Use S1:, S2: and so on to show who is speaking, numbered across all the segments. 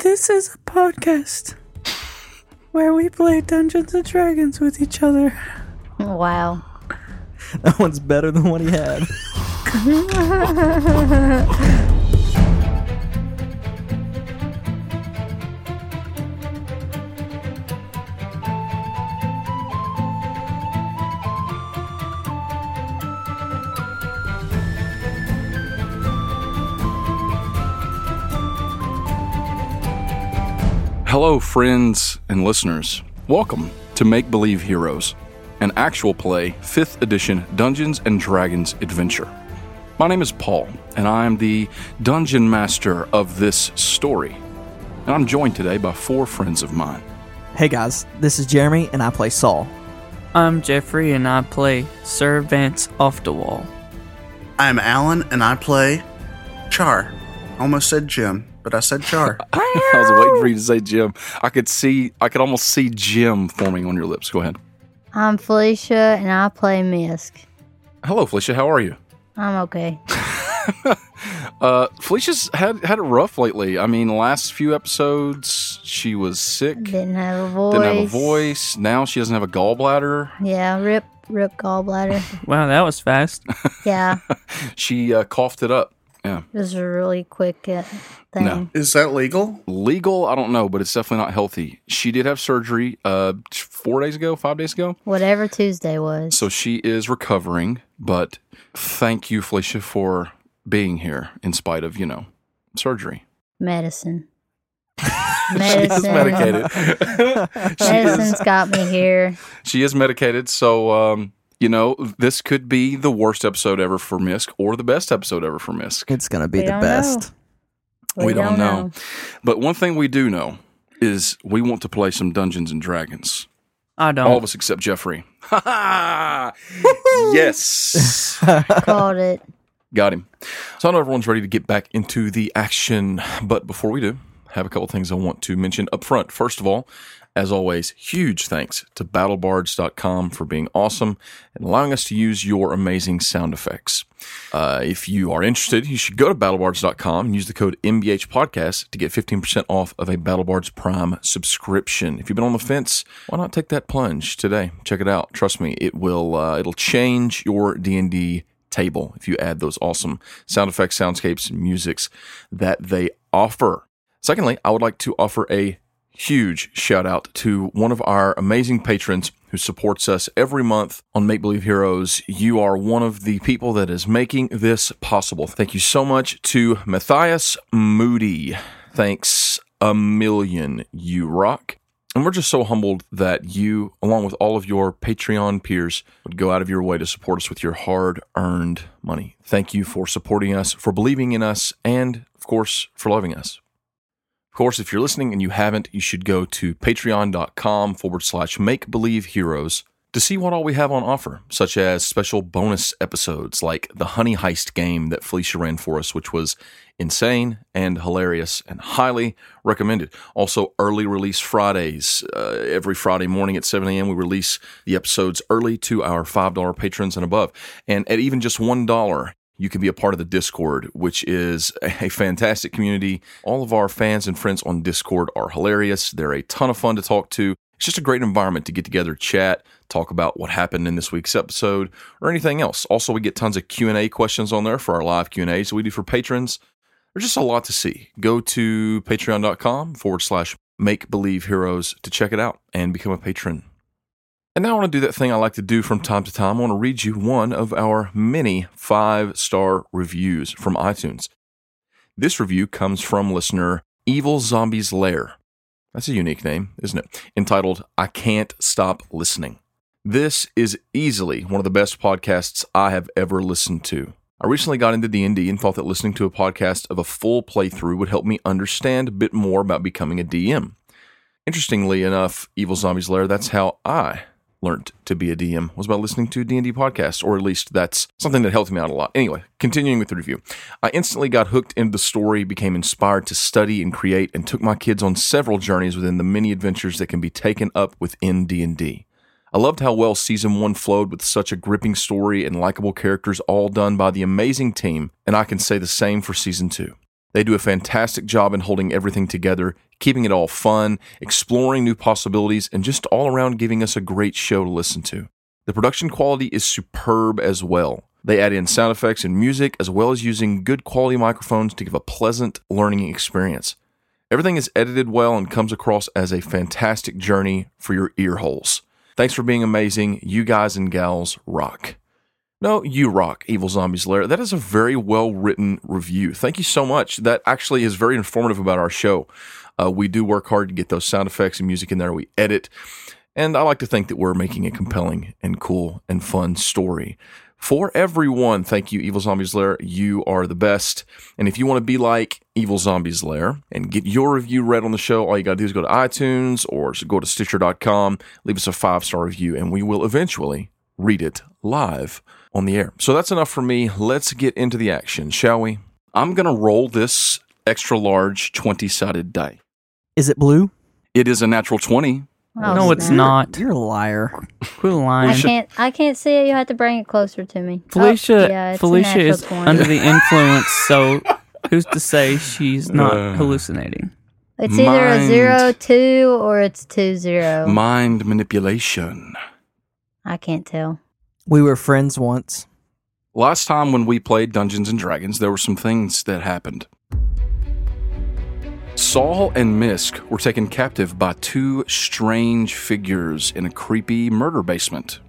S1: This is a podcast where we play Dungeons and Dragons with each other.
S2: Wow.
S3: That one's better than what he had.
S4: Hello, friends and listeners. Welcome to Make Believe Heroes, an actual play 5th edition Dungeons and Dragons adventure. My name is Paul, and I am the dungeon master of this story. And I'm joined today by four friends of mine.
S3: Hey guys, this is Jeremy and I play Saul.
S1: I'm Jeffrey and I play Sir Vance Off the Wall.
S5: I'm Alan, and I play Char. Almost said Jim, but I said Char.
S4: I was waiting for you to say Jim. I could see, I could almost see Jim forming on your lips. Go ahead.
S2: I'm Felicia and I play Misk.
S4: Hello, Felicia. How are you?
S2: I'm okay.
S4: Uh, Felicia's had had it rough lately. I mean, last few episodes she was sick.
S2: Didn't have a voice.
S4: Didn't have a voice. Now she doesn't have a gallbladder.
S2: Yeah, rip, rip gallbladder.
S1: Wow, that was fast.
S2: yeah, it
S4: She uh, coughed it up. Yeah.
S2: was a really quick uh, thing.
S4: No.
S5: Is that legal?
S4: Legal, I don't know, but it's definitely not healthy. She did have surgery uh, four days ago, five days ago.
S2: Whatever Tuesday was.
S4: So she is recovering. But thank you, Felicia, for being here in spite of, you know, surgery.
S2: Medicine.
S4: She is
S2: Medicine.
S4: medicated. she, is,
S2: Medicine's got me here.
S4: she is medicated. So, um, you know, this could be the worst episode ever for Misk or the best episode ever for Misk.
S3: It's gonna be
S2: We
S3: the
S2: don't
S3: best.
S4: We don't know. But one thing we do know is we want to play some Dungeons and Dragons.
S1: I
S4: All
S1: don't.
S4: of us except Jeffrey. Ha ha! Yes.
S2: Called it.
S4: Got him. So I know everyone's ready to get back into the action, but before we do, I have a couple things I want to mention up front. First of all, as always, huge thanks to battlebards.com for being awesome and allowing us to use your amazing sound effects. Uh, if you are interested, you should go to battlebards.com and use the code MBHPodcast to get 15% off of a BattleBards Prime subscription. If you've been on the fence, why not take that plunge today? Check it out. Trust me, it will uh, it'll change your D&D table if you add those awesome sound effects, soundscapes, and musics that they offer. Secondly, I would like to offer a huge shout out to one of our amazing patrons who supports us every month on Make Believe Heroes. You are one of the people that is making this possible. Thank you so much to Matthias Moody. Thanks a million. You rock. And we're just so humbled that you, along with all of your Patreon peers, would go out of your way to support us with your hard earned money. Thank you for supporting us, for believing in us, and of course, for loving us. Of course, if you're listening and you haven't, you should go to patreon.com forward slash make believe heroes to see what all we have on offer, such as special bonus episodes like the Honey Heist game that Felicia ran for us, which was insane and hilarious and highly recommended. Also, early release Fridays. Uh, every Friday morning at 7 a.m., we release the episodes early to our $5 patrons and above. And at even just $1, you can be a part of the Discord, which is a fantastic community. All of our fans and friends on Discord are hilarious. They're a ton of fun to talk to. It's just a great environment to get together, chat, talk about what happened in this week's episode or anything else. Also, we get tons of Q&A questions on there for our live Q&As we do for patrons. There's just a lot to see. Go to patreon.com forward slash make believe heroes to check it out and become a patron. And now I want to do that thing I like to do from time to time. I want to read you one of our many five star reviews from iTunes. This review comes from listener Evil Zombies Lair. That's a unique name, isn't it? Entitled, I Can't Stop Listening. This is easily one of the best podcasts I have ever listened to. I recently got into D&D and thought that listening to a podcast of a full playthrough would help me understand a bit more about becoming a DM. Interestingly enough, Evil Zombies Lair, that's how I learned to be a DM was by listening to D&D podcasts or at least that's something that helped me out a lot. Anyway, continuing with the review. I instantly got hooked into the story, became inspired to study and create and took my kids on several journeys within the many adventures that can be taken up within D&D. I loved how well season 1 flowed with such a gripping story and likable characters all done by the amazing team, and I can say the same for season 2. They do a fantastic job in holding everything together, keeping it all fun, exploring new possibilities, and just all around giving us a great show to listen to. The production quality is superb as well. They add in sound effects and music, as well as using good quality microphones to give a pleasant learning experience. Everything is edited well and comes across as a fantastic journey for your ear holes. Thanks for being amazing. You guys and gals rock. No, you rock, Evil Zombies Lair. That is a very well written review. Thank you so much. That actually is very informative about our show. Uh, we do work hard to get those sound effects and music in there. We edit. And I like to think that we're making a compelling and cool and fun story. For everyone, thank you, Evil Zombies Lair. You are the best. And if you want to be like Evil Zombies Lair and get your review read on the show, all you got to do is go to iTunes or go to Stitcher.com, leave us a five star review, and we will eventually read it live on the air. So that's enough for me. Let's get into the action, shall we? I'm going to roll this extra large 20 sided die.
S3: Is it blue?
S4: It is a natural 20.
S2: Oh,
S6: no, it's
S2: snap.
S6: not.
S3: You're a liar.
S6: Quit
S2: I
S6: lying.
S2: can't. I can't see it. You have to bring it closer to me. Oh,
S6: Felicia,
S2: yeah, it's a
S6: Felicia
S2: natural
S6: is
S2: 20.
S6: under the influence, so who's to say
S4: Uh.
S6: she's not hallucinating?
S2: It's either a
S4: mind.
S2: zero two or it's two zero.
S4: Mind manipulation.
S2: I can't tell.
S3: We were friends once.
S4: Last time when we played Dungeons and Dragons, there were some things that happened. Saul and Misk were taken captive by two strange figures in a creepy murder basement.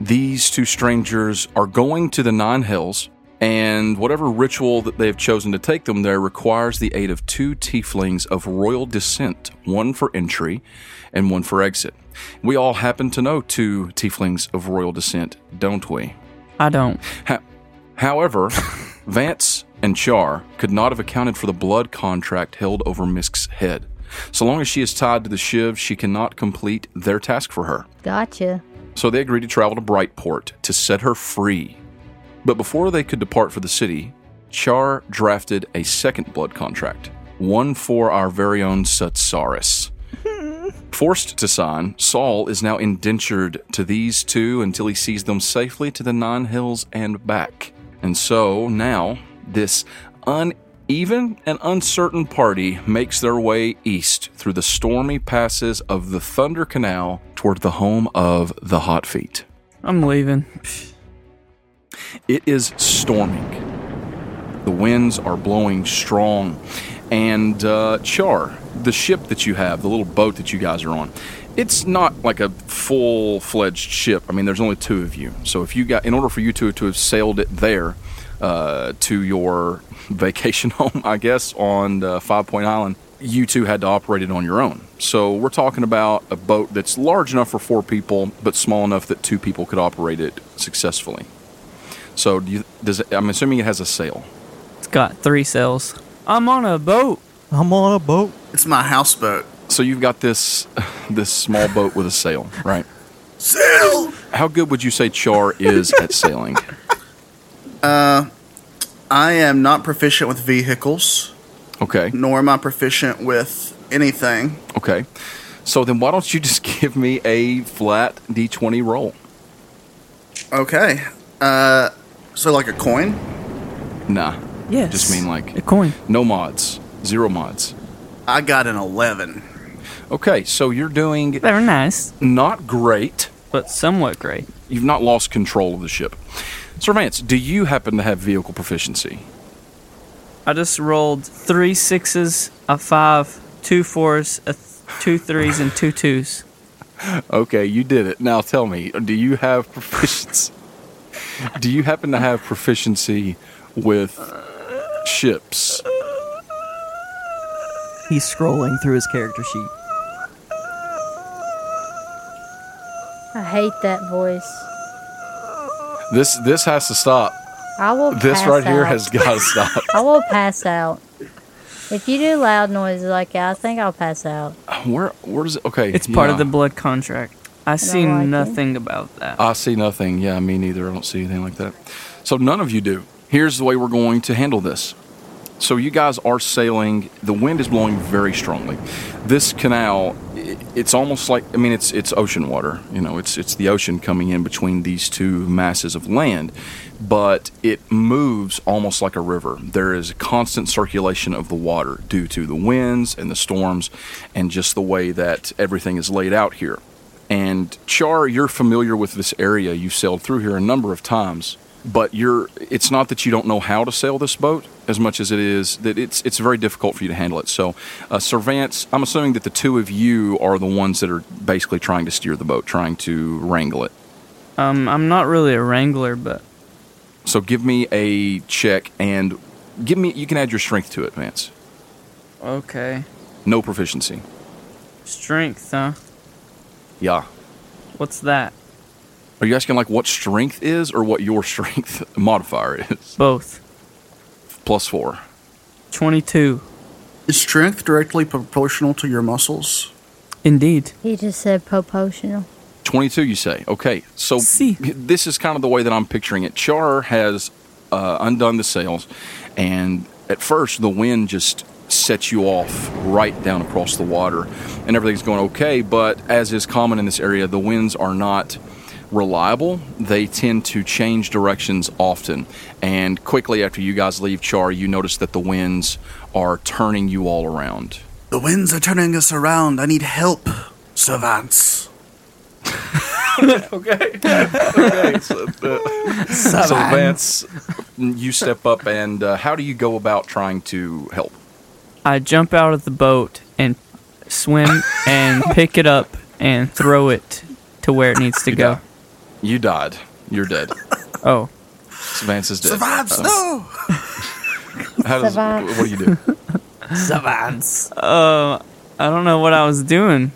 S4: These two strangers are going to the Nine Hells, and whatever ritual that they have chosen to take them there requires the aid of two tieflings of royal descent, one for entry and one for exit. We all happen to know two tieflings of royal descent, don't we?
S6: I don't.
S4: Ha- However, Vance and Char could not have accounted for the blood contract held over Misk's head. So long as she is tied to the Shiv, she cannot complete their task for her.
S2: Gotcha.
S4: So they agreed to travel to Brightport to set her free. But before they could depart for the city, Char drafted a second blood contract, one for our very own Sutsaris. Forced to sign, Saul is now indentured to these two until he sees them safely to the Nine Hills and back. And so now, this uneven and uncertain party makes their way east through the stormy passes of the Thunder Canal toward the home of the Hot Feet.
S6: I'm leaving. Psh,
S4: It is storming. The winds are blowing strong. And uh, Char, the ship that you have, the little boat that you guys are on, it's not like a full fledged ship. I mean, there's only two of you. So if you got, in order for you two to have sailed it there uh, to your vacation home, I guess, on uh, Five Point Island, you two had to operate it on your own. So we're talking about a boat that's large enough for four people, but small enough that two people could operate it successfully. So do you, does it, I'm assuming it has a sail.
S6: It's got three cells. I'm on a boat.
S3: I'm on a boat.
S5: It's my houseboat.
S4: So you've got this this small boat with a sail, right?
S5: Sail!
S4: How good would you say Char is at sailing?
S5: I am not proficient with vehicles,
S4: Okay,
S5: nor am I proficient with anything.
S4: okay. So then why don't you just give me a flat d20 roll?
S5: Okay. Uh, so like a coin?
S4: Nah,
S6: Yes.
S4: Just mean like-
S6: a coin.
S4: no mods, zero mods.
S5: I got an 11.
S4: Okay, so you're doing
S6: They're nice,
S4: not great.
S6: but somewhat great.
S4: You've not lost control of the ship. Sir Vance, do you happen to have vehicle proficiency?
S6: I just rolled three sixes, a five, two fours, a th- two threes, and two twos.
S4: Okay, you did it. Now tell me, do you have proficiency? do you happen to have proficiency with ships?
S3: He's scrolling through his character sheet.
S2: I hate that voice.
S4: This this has to stop.
S2: I will.
S4: This
S2: pass
S4: right here
S2: out.
S4: has got to stop.
S2: I will pass out. If you do loud noises like that, I think I'll pass out.
S4: Where where does it? Okay,
S6: It's part of
S4: yeah.
S6: the
S4: Uh,
S6: blood contract. I see
S2: like it.
S6: nothing about that.
S4: I see nothing. Yeah, me neither. I don't see anything like that. So none of you do. Here's the way we're going to handle this. So you guys are sailing. The wind is blowing very strongly. This canal, i- it's almost like I mean, it's it's ocean water. You know, it's it's the ocean coming in between these two masses of land, but it moves almost like a river. There is constant circulation of the water due to the winds and the storms, and just the way that everything is laid out here. And Char, you're familiar with this area. You've sailed through here a number of times, but you're it's not that you don't know how to sail this boat as much as it is that it's it's very difficult for you to handle it. So, uh, Servance, I'm assuming that the two of you are the ones that are basically trying to steer the boat, trying to wrangle it.
S6: Um, I'm not really a wrangler, but
S4: So, give me a check and give me you can add your strength to it, Vance.
S6: okay.
S4: No proficiency.
S6: Strength, huh?
S4: Yeah.
S6: What's that?
S4: Are you asking like what strength is or what your strength modifier is?
S6: Both.
S4: Plus 4.
S6: 22.
S5: Is strength directly proportional to your muscles?
S6: Indeed.
S2: He just said proportional.
S4: 22 you say okay so
S6: Si.
S4: this is kind of the way that i'm picturing it char has uh, undone the sails and at first the wind just sets you off right down across the water and everything's going okay but as is common in this area the winds are not reliable they tend to change directions often and quickly after you guys leave char you notice that the winds are turning you all around
S5: The winds are turning us around. I need help, Servants.
S4: uh, so vance you step up and uh, how do you go about trying to help
S6: I jump out of the boat and swim and pick it up and throw it to where it needs to go.
S4: You died. You're dead.
S6: Oh,
S4: Savance is dead.
S5: Servants,
S4: So,
S5: no!
S4: How does,
S2: Savance.
S4: what do you do?
S5: Servants.
S6: I don't know what I was doing.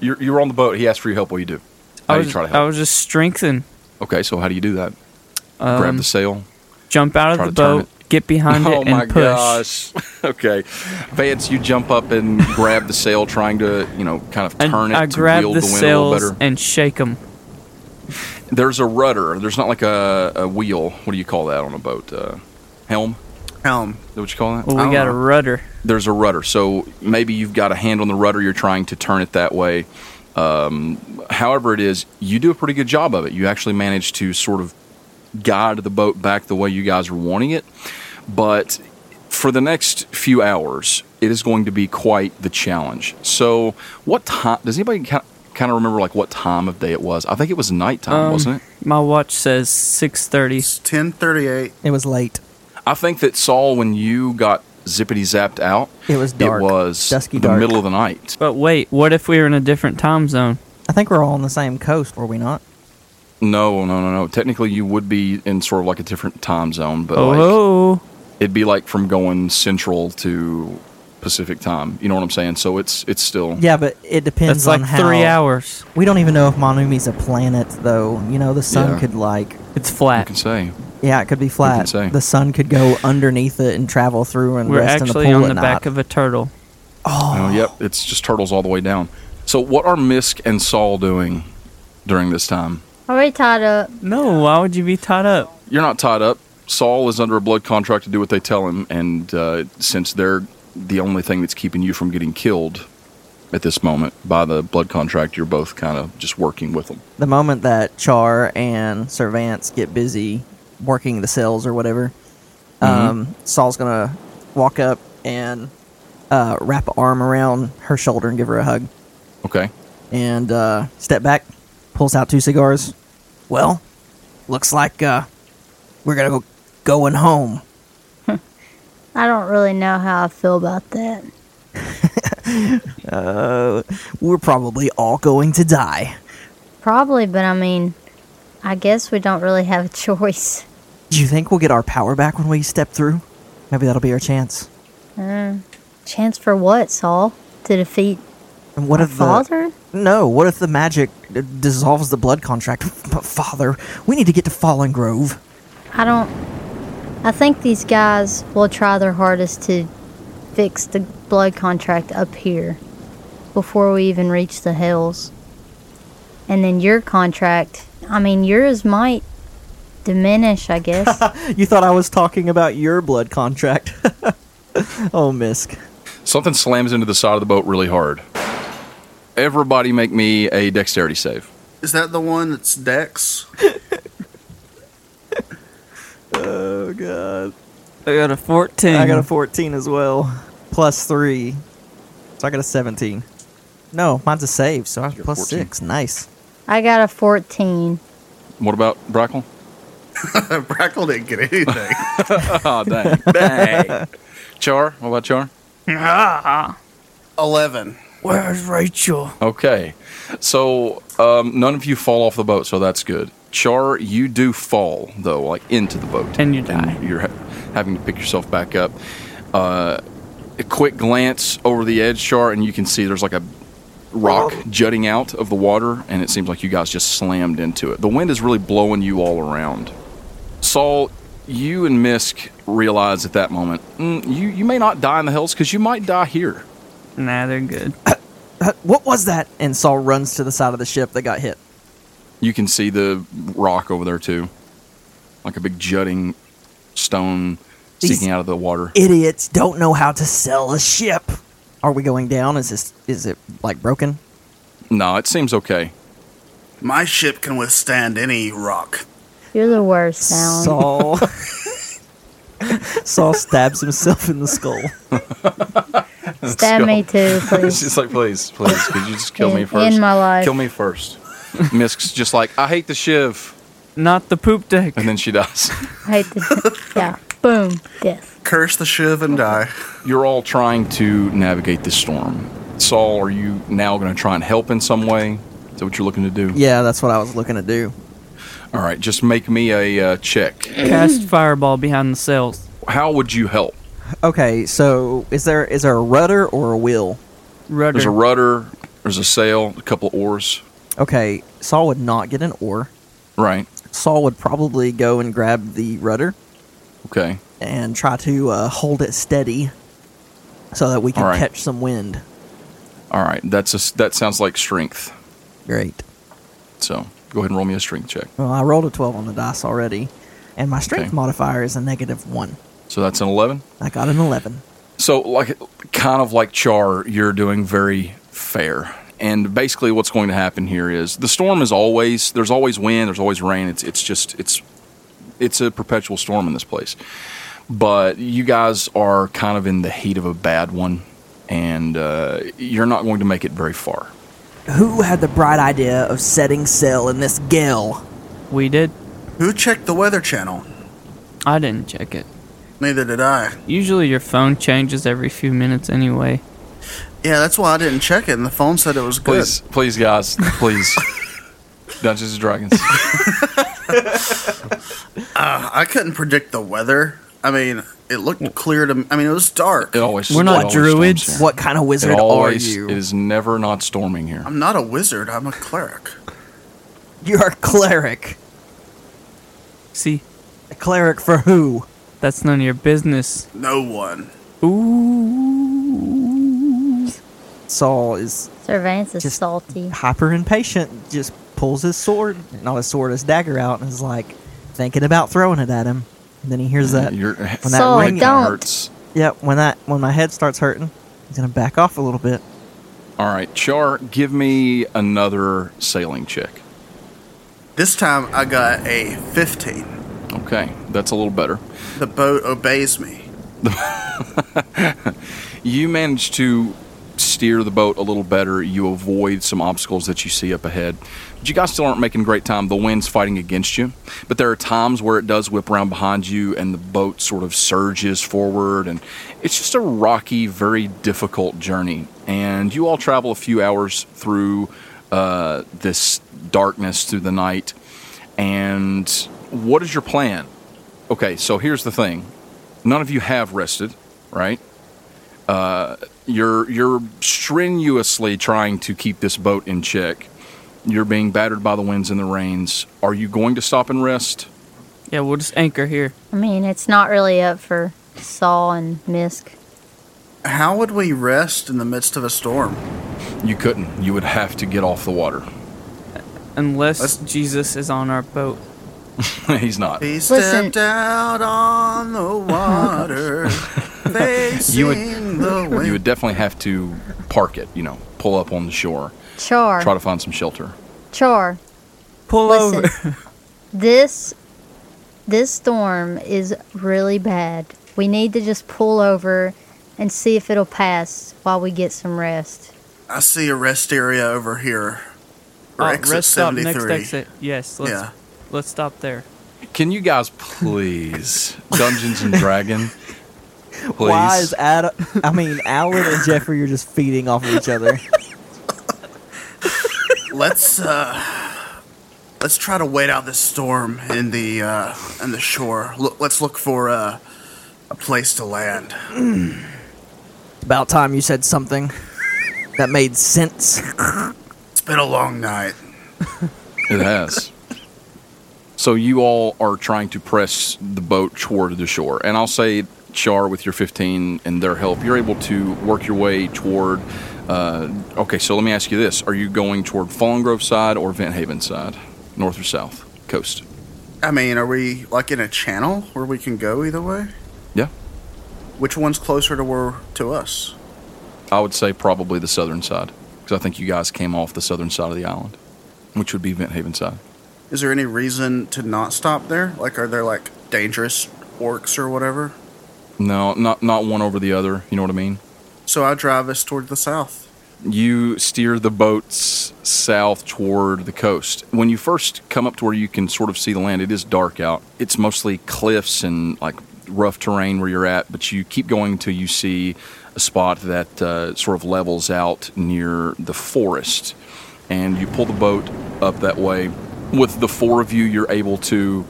S4: You're, you're on the boat. He asked for your help. What do you do?
S6: I
S4: How do
S6: was,
S4: you try to
S6: I
S4: help?
S6: was just strengthened.
S4: okay, so how do you do that? Grab the sail.
S6: Jump out
S4: try
S6: of the
S4: to turn
S6: boat, get behind
S4: Oh
S6: Um, it, and
S4: my
S6: push.
S4: gosh. Okay, Vance, you jump up and grab the sail, trying to you know kind of
S6: And
S4: turn it
S6: I
S4: to
S6: grab
S4: wield
S6: the
S4: the wind a
S6: sails
S4: little better.
S6: and shake them.
S4: There's a rudder. There's not like a, a wheel. What do you call that on a boat? Uh, helm.
S5: Helm.
S4: Is that what you call that?
S6: Well, we
S5: Oh.
S6: got a rudder.
S4: there's a rudder. So maybe you've got a hand on the rudder, you're trying to turn it that way. Um, however, it is, you do a pretty good job of it. You actually manage to sort of guide the boat back the way you guys are wanting it. But for the next few hours, it is going to be quite the challenge. So, what time does anybody kind of remember like what time of day it was? I think it was nighttime, wasn't it?
S6: My watch says 6:30.
S5: It's 1038.
S3: It was late.
S4: I think that Saul, when you got zippity zapped out,
S3: It was dark.
S4: it was
S3: Dusky
S4: the
S3: dark.
S4: middle of the night.
S6: But wait, what if we were in a different time zone?
S3: I think we're all on the same coast, were we not?
S4: No, no, no, no. Technically, you would be in sort of like a different time zone, but like,
S6: Oh,
S4: it'd be like from going central to Pacific time. You know what I'm saying? So it's it's still
S3: Yeah, but it depends
S6: that's like
S3: on how.
S6: three hours.
S3: We don't even know if Monomi's a planet, though. You know, the sun
S4: Yeah.
S3: could like,
S6: It's
S4: you
S6: flat.
S4: can say
S3: yeah, it could be flat.
S4: say.
S3: The sun could go underneath it and travel through and
S6: We're
S3: rest in the
S6: actually
S3: pool
S6: on
S3: at
S6: the
S3: night.
S6: back of a turtle.
S4: Oh, yep. It's just turtles all the way down. So what are Misk and Saul doing during this time?
S2: Are we tied up?
S6: No, why would you be tied up?
S4: You're not tied up. Saul is under a blood contract to do what they tell him, and uh, since they're the only thing that's keeping you from getting killed at this moment by the blood contract, you're both kind of just working with them.
S3: the moment that Char and Servance get busy working the cells or whatever, um, Saul's gonna walk up and uh, wrap an arm around her shoulder and give her a hug,
S4: Okay.
S3: and uh, step back, pulls out two cigars. Well, looks like uh, we're gonna go going home.
S2: I don't really know how I feel about that.
S3: We're probably all going to die.
S2: Probably, but I mean, I guess we don't really have a choice.
S3: Do you think we'll get our power back when we step through? Maybe that'll be our chance.
S2: Chance for what, Saul? To defeat
S3: And what
S2: my
S3: if the-
S2: father?
S3: No, what if the magic uh, dissolves the blood contract? But father, we need to get to Fallen Grove.
S2: I don't. I think these guys will try their hardest to fix the blood contract up here before we even reach the hills. And then your contract, I mean, yours might diminish, I guess.
S3: You thought I was talking about your blood contract. oh, Misk.
S4: Something slams into the side of the boat really hard. Everybody make me a dexterity save.
S5: Is that the one that's Dex?
S3: Oh, God.
S6: I got a 14.
S3: I got a 14 as well. Plus three. So I got a 17. No, mine's a save, so I'm
S4: You're
S3: plus
S4: 14.
S3: six. Nice.
S2: I got a 14.
S4: What about Brackle?
S5: Brackle didn't get anything.
S4: Oh, dang.
S6: bag.
S4: Char? What about Char?
S5: Eleven.
S6: Where's Rachel?
S4: Okay. So um, none of you fall off the boat, so that's good. Char, you do fall, though, like into the boat.
S6: And you die.
S4: you're ha- having to pick yourself back up. Uh, a quick glance over the edge, Char, and you can see there's like a rock jutting out of the water, and it seems like you guys just slammed into it. The wind is really blowing you all around. Saul, you and Misk realize at that moment, mm, you, you may not die in the hills because you might die here.
S6: Nah, they're good.
S3: Uh, What was that? And Saul runs to the side of the ship that got hit.
S4: You can see the rock over there too, like a big jutting stone
S3: These-
S4: sticking out of the water.
S3: Idiots don't know how to sell a ship. Are we going down? Is this is it like broken?
S4: no, it seems okay.
S5: My ship can withstand any rock.
S2: You're the worst, Alan.
S3: Saul Saul stabs himself in the skull.
S2: Stab
S4: go.
S2: me too,
S4: It's
S2: please.
S4: just like, please, please, could you just kill me
S2: In-
S4: first?
S2: in my life.
S4: Kill me first. Misk's just like, I hate the shiv.
S6: Not the poop deck.
S4: And then she dies.
S2: I hate to, yeah. Boom. Death.
S5: Curse the shiv and die.
S4: You're all trying to navigate this storm. Saul, are you now going to try and help in some way? Is that what you're looking to do?
S3: Yeah, that's what I was looking to do.
S4: All right, just make me a uh, check.
S6: Cast fireball behind the sails.
S4: How would you help?
S3: Okay, so is there is there a rudder or a wheel?
S6: Rudder.
S4: There's a rudder, there's a sail, a couple of oars.
S3: Okay, Saul would not get an oar.
S4: Right.
S3: Saul would probably go and grab the rudder
S4: Okay.
S3: and try to uh, hold it steady so that we can
S4: All right.
S3: catch some wind.
S4: All right, that's a s that sounds like strength.
S3: Great.
S4: So go ahead and roll me a strength check.
S3: Well, I rolled a 12 on the dice already, and my strength
S4: Okay.
S3: modifier is a negative 1.
S4: So that's an eleven.
S3: I got an 11.
S4: So like kind of like Char, you're doing very fair. And basically, what's going to happen here is the storm is always there's always wind, there's always rain. It's it's just it's it's a perpetual storm in this place. But you guys are kind of in the heat of a bad one, and uh, you're not going to make it very far.
S3: Who had the bright idea of setting sail in this gale?
S6: we did.
S5: Who checked the weather channel?
S6: I didn't check it.
S5: Neither did I.
S6: Usually your phone changes every few minutes anyway.
S5: Yeah, that's why I didn't check it. And the phone said it was good.
S4: Please, please, guys, please, Dungeons and Dragons.
S5: Uh, I couldn't predict the weather. I mean, it looked clear to me. I mean, it was dark.
S4: It always
S6: We're
S4: it
S6: not
S4: always
S6: druids.
S4: storms here.
S3: What kind of
S4: It
S3: wizard
S4: always
S3: are you?
S4: it is never not storming here.
S5: I'm not a wizard. I'm a cleric.
S3: You're a cleric.
S6: See,
S3: A cleric for who?
S6: that's none of your business.
S5: No one.
S6: Ooh.
S3: Saul is
S2: Surveillance is
S3: Just-
S2: salty.
S3: hyper impatient, just pulls his sword, not his sword, his dagger out, and is like thinking about throwing it at him. And then he hears that.
S4: Your
S3: When
S4: head
S3: that
S2: Saul,
S3: ring-
S2: don't.
S4: hurts.
S3: Yeah, when that when my head starts hurting, he's gonna back off a little bit.
S4: All right, Char, give me another sailing check.
S5: This time I got a 15.
S4: Okay, that's a little better.
S5: The boat obeys me.
S4: You manage to steer the boat a little better. You avoid some obstacles that you see up ahead. But you guys still aren't making great time. The wind's fighting against you. But there are times where it does whip around behind you and the boat sort of surges forward. And it's just a rocky, very difficult journey. And you all travel a few hours through uh, this darkness, through the night. And what is your plan? Okay, so here's the thing none of you have rested, right? you're you're strenuously trying to keep this boat in check. You're being battered by the winds and the rains. Are you going to stop and rest?
S6: Yeah, we'll just anchor here.
S2: I mean, it's not really up for Saul and Misk.
S5: How would we rest in the midst of a storm?
S4: You couldn't. You would have to get off the water.
S6: Unless
S5: Let's-
S6: Jesus is on our boat.
S4: He's not.
S5: He
S2: Listen.
S5: stepped out on the water, facing
S4: You would-
S5: the wind.
S4: You would definitely have to park it, you know, pull up on the shore,
S2: Char,
S4: try to find some shelter.
S2: Char,
S6: Pull
S2: Listen.
S6: over.
S2: this this storm is really bad. We need to just pull over and see if it'll pass while we get some rest.
S5: I see a rest area over here. Or
S6: Uh,
S5: exit
S6: rest stop,
S5: 73.
S6: next exit. Yes, let's
S5: Yeah.
S6: let's stop there.
S4: Can you guys please, Dungeons and Dragon, please?
S3: Why is Adam? I mean, Alan and Jeffrey are just feeding off of each other.
S5: Let's uh let's try to wait out this storm in the uh in the shore. Look, let's look for uh, a place to land.
S3: About time you said something that made sense.
S5: It's been a long night.
S4: It has. So you all are trying to press the boat toward the shore, and I'll say, Char, with your 15 and their help, you're able to work your way toward. Uh, okay, so let me ask you this: Are you going toward Fallen Grove side or Vent Haven side, north or south coast?
S5: I mean, are we like in a channel where we can go either way?
S4: Yeah,
S5: Which one's closer to where to us?
S4: I would say probably the southern side because I think you guys came off the southern side of the island, which would be Vent Haven side.
S5: Is there any reason to not stop there? Like are there like dangerous orcs or whatever?
S4: No, not not one over the other. You know what I mean?
S5: So I drive us toward the south.
S4: you steer the boats south toward the coast. When you first come up to where you can sort of see the land, it is dark out. It's mostly cliffs and like rough terrain where you're at, but you keep going until you see a spot that uh, sort of levels out near the forest. And you pull the boat up that way. With the four of you, you're able to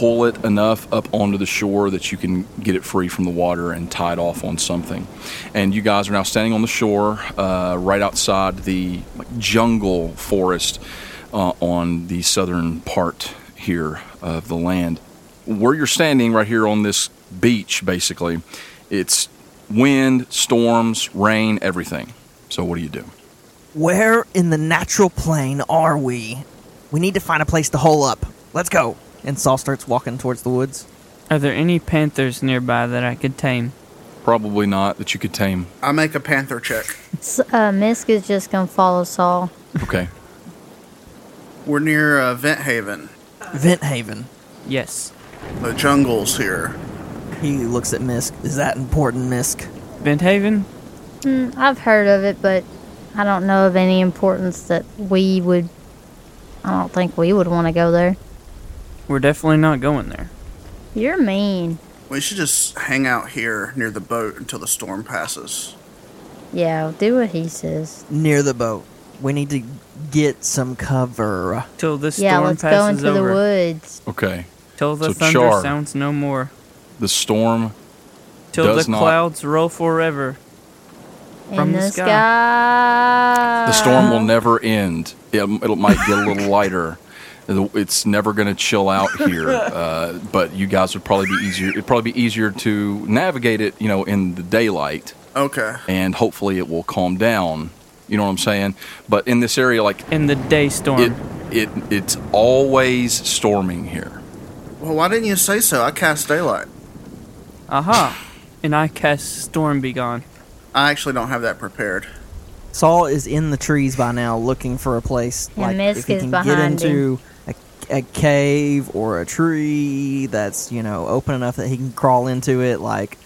S4: pull it enough up onto the shore that you can get it free from the water and tie it off on something. And you guys are now standing on the shore, uh, right outside the like, jungle forest uh, on the southern part here of the land. Where you're standing right here on this beach, basically, it's wind, storms, rain, everything. So, what do you do?
S3: Where in the natural plane are we? We need to find a place to hole up. Let's go. And Saul starts walking towards the woods.
S6: Are there any panthers nearby that I could tame?
S4: Probably not that you could tame.
S5: I make a panther check.
S2: S uh, Misk is just gonna follow Saul.
S4: Okay.
S5: We're near uh, Vent Haven,
S3: Vent Haven.
S6: Yes.
S5: the jungles here.
S3: He looks at Misk. Is that important, Misk?
S6: Vent Haven?
S2: Mm, I've heard of it, but I don't know of any importance that we would. I don't think we would want to go there.
S6: We're definitely not going there.
S2: You're mean.
S5: We should just hang out here near the boat until the storm passes.
S2: Yeah, do what he says.
S3: Near the boat. We need to get some cover.
S6: Till this
S2: yeah,
S6: storm
S2: let's go
S6: passes
S2: into
S6: over.
S2: the woods.
S4: Okay.
S6: Till the
S4: So
S6: thunder
S4: Char.
S6: sounds no more.
S4: The storm
S6: Till
S4: Does
S6: the
S4: not-
S6: clouds roll forever. From
S2: in
S6: the
S2: the
S6: sky.
S2: sky. Uh.
S4: The storm will never end. It, it might get a little lighter. It's never going to chill out here, uh, but you guys would probably be easier. It'd probably be easier to navigate it, you know, in the daylight,
S5: Okay.
S4: and hopefully it will calm down. You know what I'm saying? But in this area, like
S6: In the day storm.
S4: it, it, it's always storming here.
S5: Well, why didn't you say so? I cast daylight.
S6: Aha. And I cast Storm Be Gone.
S5: I actually don't have that prepared.
S3: Saul is in the trees by now looking for a place.
S2: Yeah,
S3: like
S2: Misk
S3: if he
S2: is
S3: can get
S2: behind
S3: into a, a cave or a tree that's, you know, open enough that he can crawl into it, like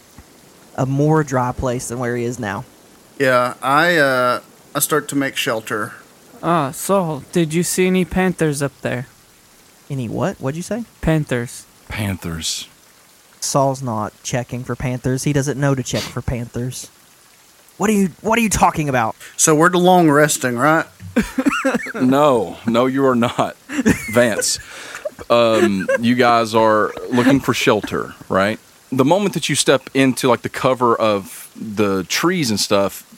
S3: a more dry place than where he is now.
S5: Yeah, I uh, I start to make shelter.
S6: Ah, Saul, did you see any panthers up there?
S3: Any what? What'd you say?
S6: Panthers.
S4: Panthers.
S3: Saul's not checking for panthers. He doesn't know to check for panthers. What are you what are you talking about?
S5: So we're to long resting, right?
S4: No, no, you are not, Vance. Um, you guys are looking for shelter, right? The moment that you step into like the cover of the trees and stuff,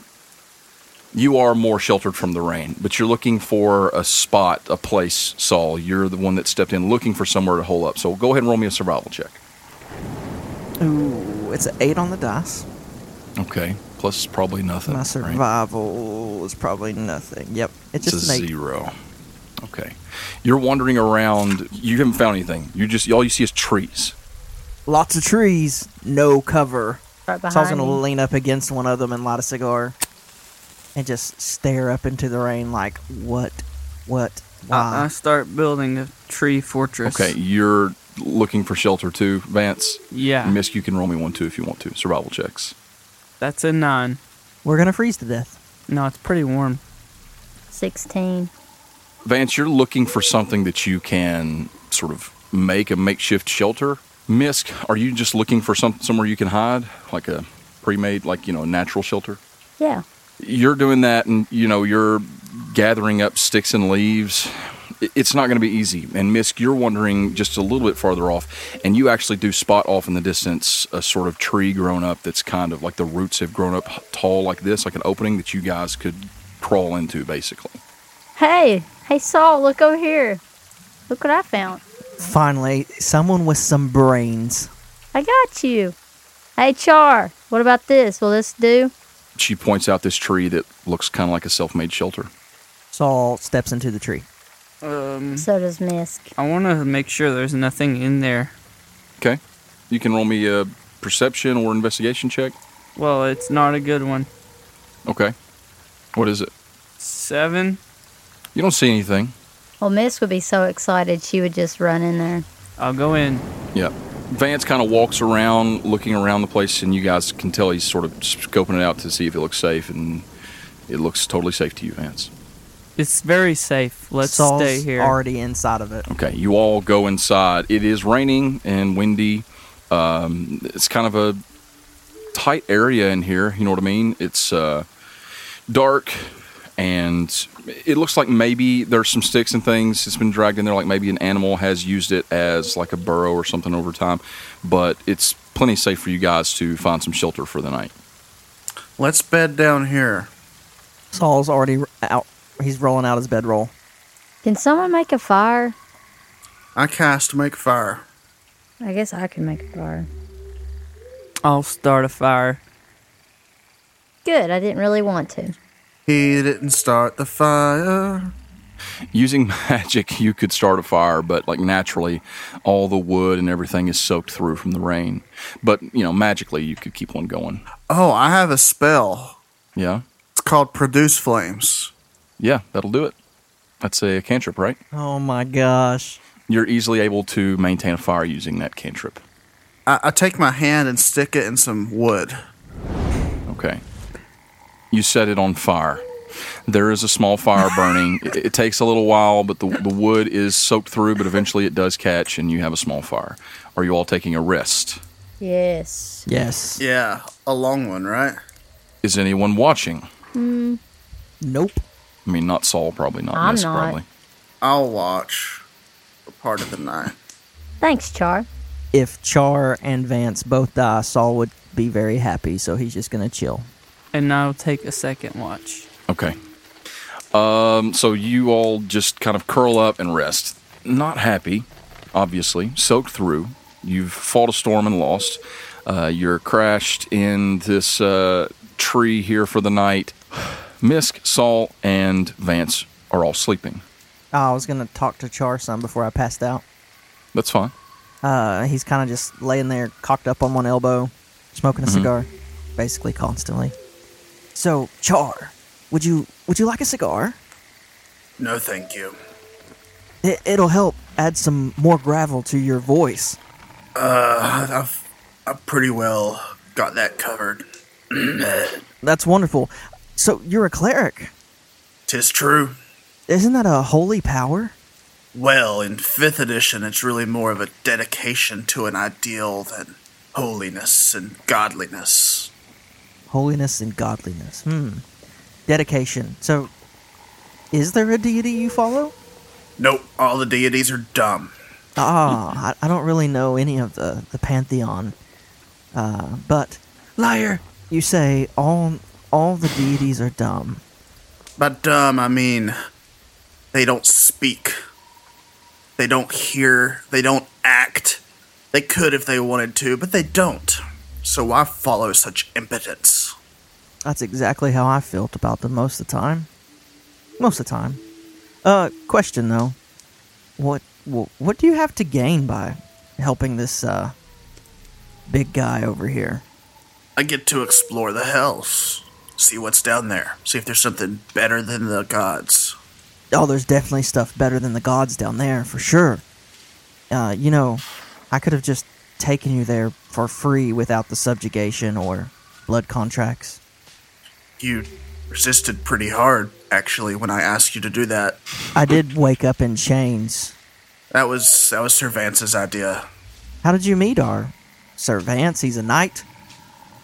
S4: you are more sheltered from the rain. But you're looking for a spot, a place, Saul. You're the one that stepped in, looking for somewhere to hole up. So go ahead and roll me a survival check.
S3: Ooh, it's an eight on the dice.
S4: Okay, plus probably nothing.
S3: My
S4: right?
S3: survival is probably nothing. Yep. It's
S4: It's
S3: just
S4: a
S3: an eight.
S4: zero. Okay. You're wandering around. You haven't found anything. You just all you see is trees.
S3: Lots of trees, no cover.
S2: Right behind
S3: So I was gonna
S2: me.
S3: lean up against one of them and light a cigar, and just stare up into the rain like, what, what,
S6: I, I
S3: why?
S6: start building a tree fortress.
S4: Okay. You're looking for shelter too, Vance.
S6: Yeah.
S4: Misk, you can roll me one too if you want to. Survival checks.
S6: That's a nine.
S3: We're gonna freeze to death.
S6: No, it's pretty warm.
S2: 16.
S4: Vance, you're looking for something that you can sort of make a makeshift shelter. Misk, are you just looking for some somewhere you can hide, like a pre-made, like you know, a natural shelter?
S2: Yeah.
S4: you're doing that and you know you're gathering up sticks and leaves i- it's not going to be easy and misk you're wandering just a little bit farther off and you actually do spot off in the distance a sort of tree grown up that's kind of like the roots have grown up tall like this like an opening that you guys could crawl into basically
S2: Hey, hey, Saul, look over here. Look what I found.
S3: Finally, someone with some brains.
S2: I got you. Hey, Char, what about this? Will this do?
S4: she points out this tree that looks kind of like a self-made shelter
S3: Saul steps into the tree.
S4: Mm-hmm.
S6: Um,
S2: So does Misk.
S6: I want to make sure there's nothing in there.
S4: okay you can roll me a perception or investigation check
S6: Well, it's not a good one.
S4: okay what is it
S6: Seven.
S4: you don't see anything
S2: Well, Misk would be so excited she would just run in there.
S6: I'll go in.
S4: Yeah. Vance kind of walks around, looking around the place, and you guys can tell he's sort of scoping it out to see if it looks safe, and it looks totally safe to you, Vance.
S6: It's very safe. Let's
S3: Saul's
S6: stay here.
S3: already inside of it.
S4: Okay, you all go inside. It is raining and windy. Um, it's kind of a tight area in here, you know what I mean? It's uh, dark, and it looks like maybe there's some sticks and things that's been dragged in there, like maybe an animal has used it as like a burrow or something over time, but it's plenty safe for you guys to find some shelter for the night.
S5: Let's bed down here.
S3: Saul's already r- out. He's rolling out his bedroll.
S2: Can someone make a fire?
S5: I cast make fire.
S2: I guess I can make a fire.
S6: I'll start a fire.
S2: Good, I didn't really want to.
S5: He didn't start the fire.
S4: using magic you could start a fire but like naturally all the wood and everything is soaked through from the rain but you know magically you could keep one going
S5: Oh, I have a spell.
S4: yeah
S5: It's called produce flames.
S4: yeah that'll do it that's a cantrip right
S3: Oh my gosh.
S4: you're easily able to maintain a fire using that cantrip
S5: I, I take my hand and stick it in some wood.
S4: okay you set it on fire there is a small fire burning it, it takes a little while but the, the wood is soaked through but eventually it does catch and you have a small fire are you all taking a rest
S2: Yes.
S3: Yes.
S5: Yeah, a long one, right?
S4: is anyone watching
S3: Nope.
S4: i mean not saul probably not
S2: I'm
S4: Miss,
S2: not.
S4: probably
S5: I'll watch for part of the night.
S2: Thanks, Char.
S3: If Char and Vance both die, Saul would be very happy, so he's just gonna chill.
S6: And I'll take a second watch.
S4: Okay. Um, so you all just kind of curl up and rest. Not happy, obviously, soaked through. You've fought a storm and lost. Uh, you're crashed in this uh, tree here for the night. Misk, Saul, and Vance are all sleeping.
S3: Oh, I was gonna talk to Char some before I passed out.
S4: That's fine.
S3: Uh, he's kind of just laying there, cocked up on one elbow, smoking a cigar, basically constantly. So, Char, would you would you like a cigar?
S5: No, thank you.
S3: It, it'll help add some more gravel to your voice.
S5: Uh, I've I pretty well got that covered.
S3: That's wonderful. So you're a cleric,
S5: Tis true.
S3: isn't that a holy power?
S5: Well, in fifth edition, it's really more of a dedication to an ideal than holiness and godliness.
S3: Holiness and godliness. Hmm. Dedication. So, is there a deity you follow?
S5: Nope, all the deities are dumb.
S3: Ah, I, I don't really know any of the, the pantheon. Uh, but liar, you say all all the deities are dumb.
S5: By dumb, I mean they don't speak, they don't hear, they don't act. They could if they wanted to, but they don't. So why follow such impotence?
S3: That's exactly how I felt about them most of the time. Most of the time. Uh, question though, what wh- what do you have to gain by helping this uh big guy over here?
S5: I get to explore the hells, see what's down there, see if there's something better than the gods.
S3: Oh, there's definitely stuff better than the gods down there for sure. Uh, you know, I could have just taken you there for free without the subjugation or blood contracts.
S5: You resisted pretty hard, actually, when I asked you to do that.
S3: I did wake up in chains.
S5: That was that was Cervantes' idea.
S3: How did you meet our Sir Vance? He's a knight.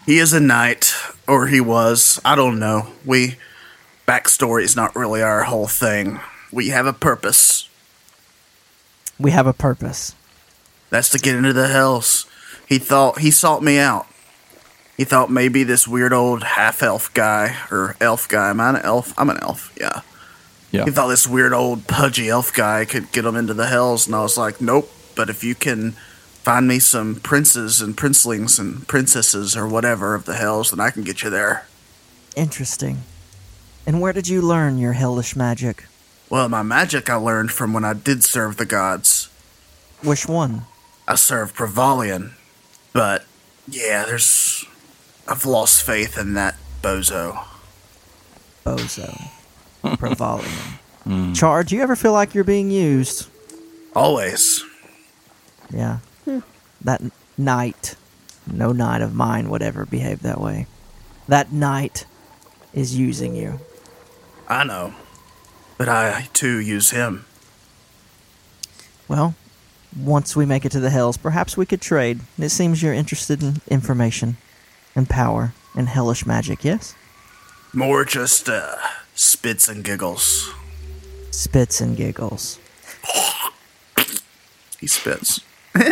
S5: He is a knight, or he was. I don't know. We backstory is not really our whole thing. We have a purpose.
S3: We have a purpose.
S5: That's to get into the hells. He thought he sought me out. He thought maybe this weird old half elf guy or elf guy. Am I an elf? I'm an elf. Yeah.
S4: Yeah.
S5: He thought this weird old pudgy elf guy could get him into the hells, and I was like, nope. But if you can find me some princes and princelings and princesses or whatever of the hells, then I can get you there.
S3: Interesting. And where did you learn your hellish magic?
S5: Well, my magic I learned from when I did serve the gods.
S3: Which one?
S5: I serve Prevalian, but yeah, there's. I've lost faith in that bozo.
S3: Bozo. Provolium. Char, do you ever feel like you're being used?
S5: Always.
S3: Yeah. That n- knight, no knight of mine would ever behave that way. That knight is using you.
S5: I know. But I too use him.
S3: Well, once we make it to the hells, perhaps we could trade. It seems you're interested in information and power and hellish magic, yes?
S5: More just uh, spits and giggles.
S3: Spits and giggles.
S5: He spits.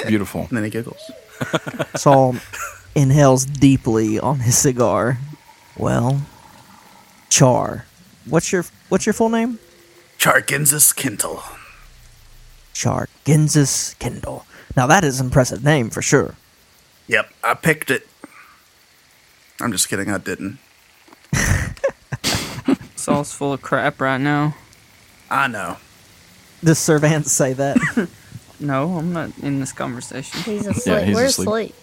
S4: Beautiful.
S5: And then he giggles.
S3: Saul inhales deeply on his cigar. Well, Char, what's your what's your full name?
S5: Charkinsis Kintel.
S3: Char Gensis Kendall. Now that is an impressive name for sure.
S5: Yep, I picked it. I'm just kidding, I didn't.
S6: Saul's full of crap right now.
S5: I know.
S3: Does Servants say that?
S6: No, I'm not in this conversation.
S2: He's asleep.
S4: he's
S2: We're
S4: asleep.
S2: asleep.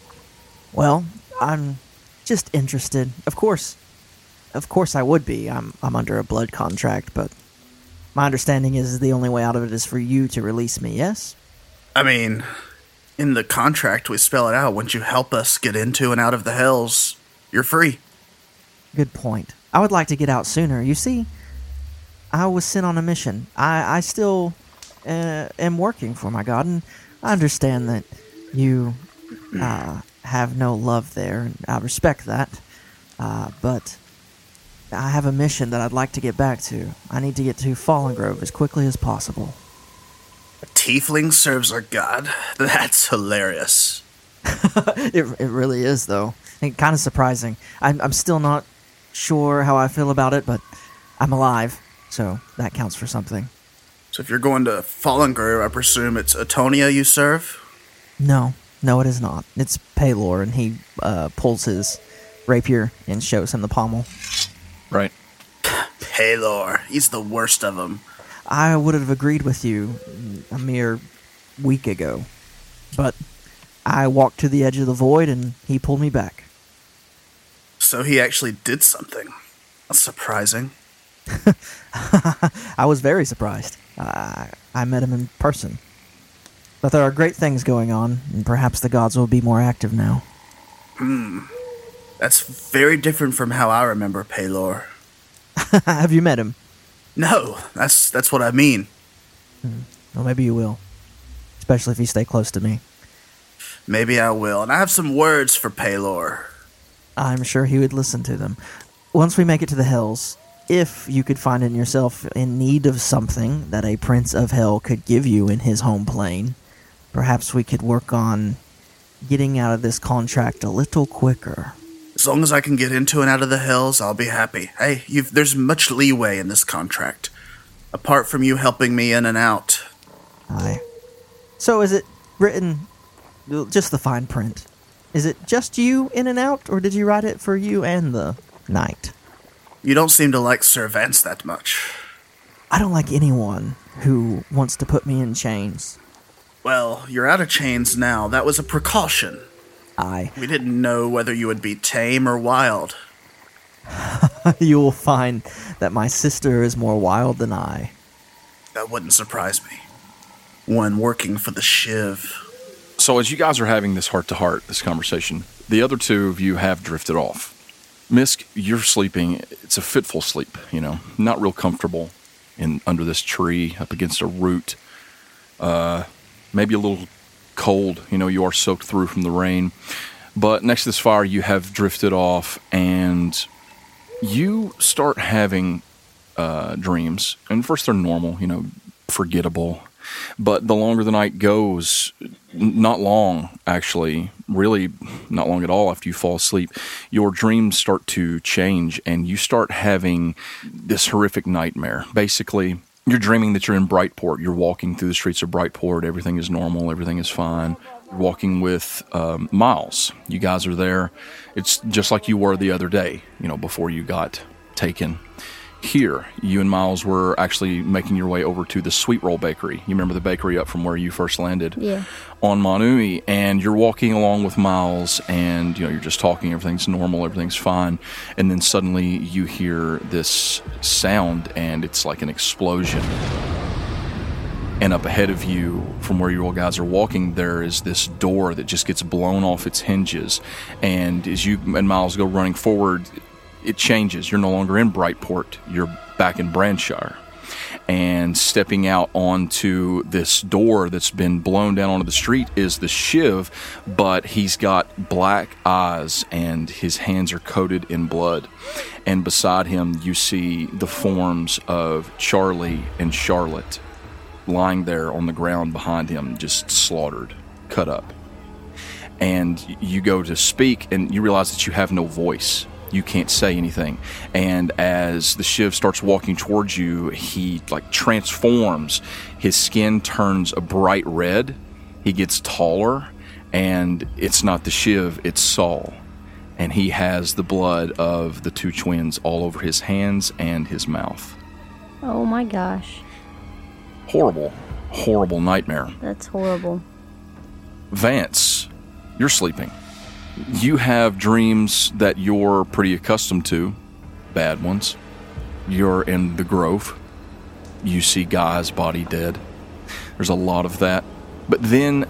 S3: well, I'm just interested. Of course, of course I would be. I'm I'm under a blood contract, but my understanding is the only way out of it is for you to release me. Yes.
S5: I mean, in the contract, we spell it out. Once you help us get into and out of the hells, you're free.
S3: Good point. I would like to get out sooner. You see, I was sent on a mission. I, I still uh, am working for my God, and I understand that you uh, have no love there, and I respect that. Uh, but I have a mission that I'd like to get back to. I need to get to Fallen Grove as quickly as possible.
S5: A tiefling serves a god. That's hilarious.
S3: It, it really is, though. And kind of surprising. I'm, I'm still not sure how I feel about it, but I'm alive, so that counts for something.
S5: So if you're going to Fallen Grove, I presume it's Atonia you serve?
S3: No, no, it is not. It's Paylor, and he uh, pulls his rapier and shows him the pommel.
S4: Right.
S5: Palor. He's the worst of them.
S3: I would have agreed with you a mere week ago, but I walked to the edge of the void, and he pulled me back.
S5: So he actually did something. That's surprising.
S3: I was very surprised. I I met him in person. But there are great things going on, and perhaps the gods will be more active now.
S5: That's very different from how I remember Palor.
S3: have you met him?
S5: No, that's that's what I mean.
S3: Well, maybe you will, especially if you stay close to me.
S5: Maybe I will. And I have some words for Palor.
S3: I'm sure he would listen to them. Once we make it to the Hells, if you could find in yourself in need of something that a Prince of Hell could give you in his home plane, perhaps we could work on getting out of this contract a little quicker.
S5: As long as I can get into and out of the hills, I'll be happy. Hey, you've, there's much leeway in this contract. Apart from you helping me in and out,
S3: Aye. So is it written just the fine print? Is it just you in and out, or did you write it for you and the knight?
S5: you don't seem to like Servants that much.
S3: I don't like anyone who wants to put me in chains.
S5: Well, you're out of chains now. That was a precaution.
S3: I.
S5: We didn't know whether you would be tame or wild.
S3: you will find that my sister is more wild than I.
S5: That wouldn't surprise me. One working for the Shiv.
S4: So, as you guys are having this heart to heart, this conversation, the other two of you have drifted off. Misk, you're sleeping. It's a fitful sleep, you know, not real comfortable in under this tree, up against a root. Uh, maybe a little cold, you know, you are soaked through from the rain. But next to this fire, you have drifted off and you start having uh, dreams. And first, they're normal, you know, forgettable. But the longer the night goes, n- not long actually, really not long at all after you fall asleep, your dreams start to change and you start having this horrific nightmare. Basically, you're dreaming that you're in Brightport. You're walking through the streets of Brightport. Everything is normal, everything is fine. You're walking with um, Miles. You guys are there. It's just like you were the other day, you know, before you got taken here, you and Miles were actually making your way over to the Sweet Roll Bakery. You remember the bakery up from where you first landed
S2: Yeah.
S4: on Manui, and you're walking along with Miles, and you know you're just talking. Everything's normal, everything's fine, and then suddenly you hear this sound, and it's like an explosion. And up ahead of you, from where you all guys are walking, there is this door that just gets blown off its hinges. And as you and Miles go running forward, it changes. You're no longer in Brightport, you're back in Branshire. And stepping out onto this door that's been blown down onto the street is the Shiv, but he's got black eyes and his hands are coated in blood. And beside him, you see the forms of Charlie and Charlotte lying there on the ground behind him, just slaughtered, cut up. And you go to speak, and you realize that you have no voice. You can't say anything. And as the Shiv starts walking towards you, he like transforms. His skin turns a bright red. He gets taller, and it's not the Shiv, it's Saul. And he has the blood of the two twins all over his hands and his mouth.
S2: Oh my gosh,
S4: Horrible, horrible nightmare.
S2: that's horrible.
S4: Vance, you're sleeping. You have dreams that you're pretty accustomed to, bad ones. You're in the grove. You see Guy's body dead. There's a lot of that. But then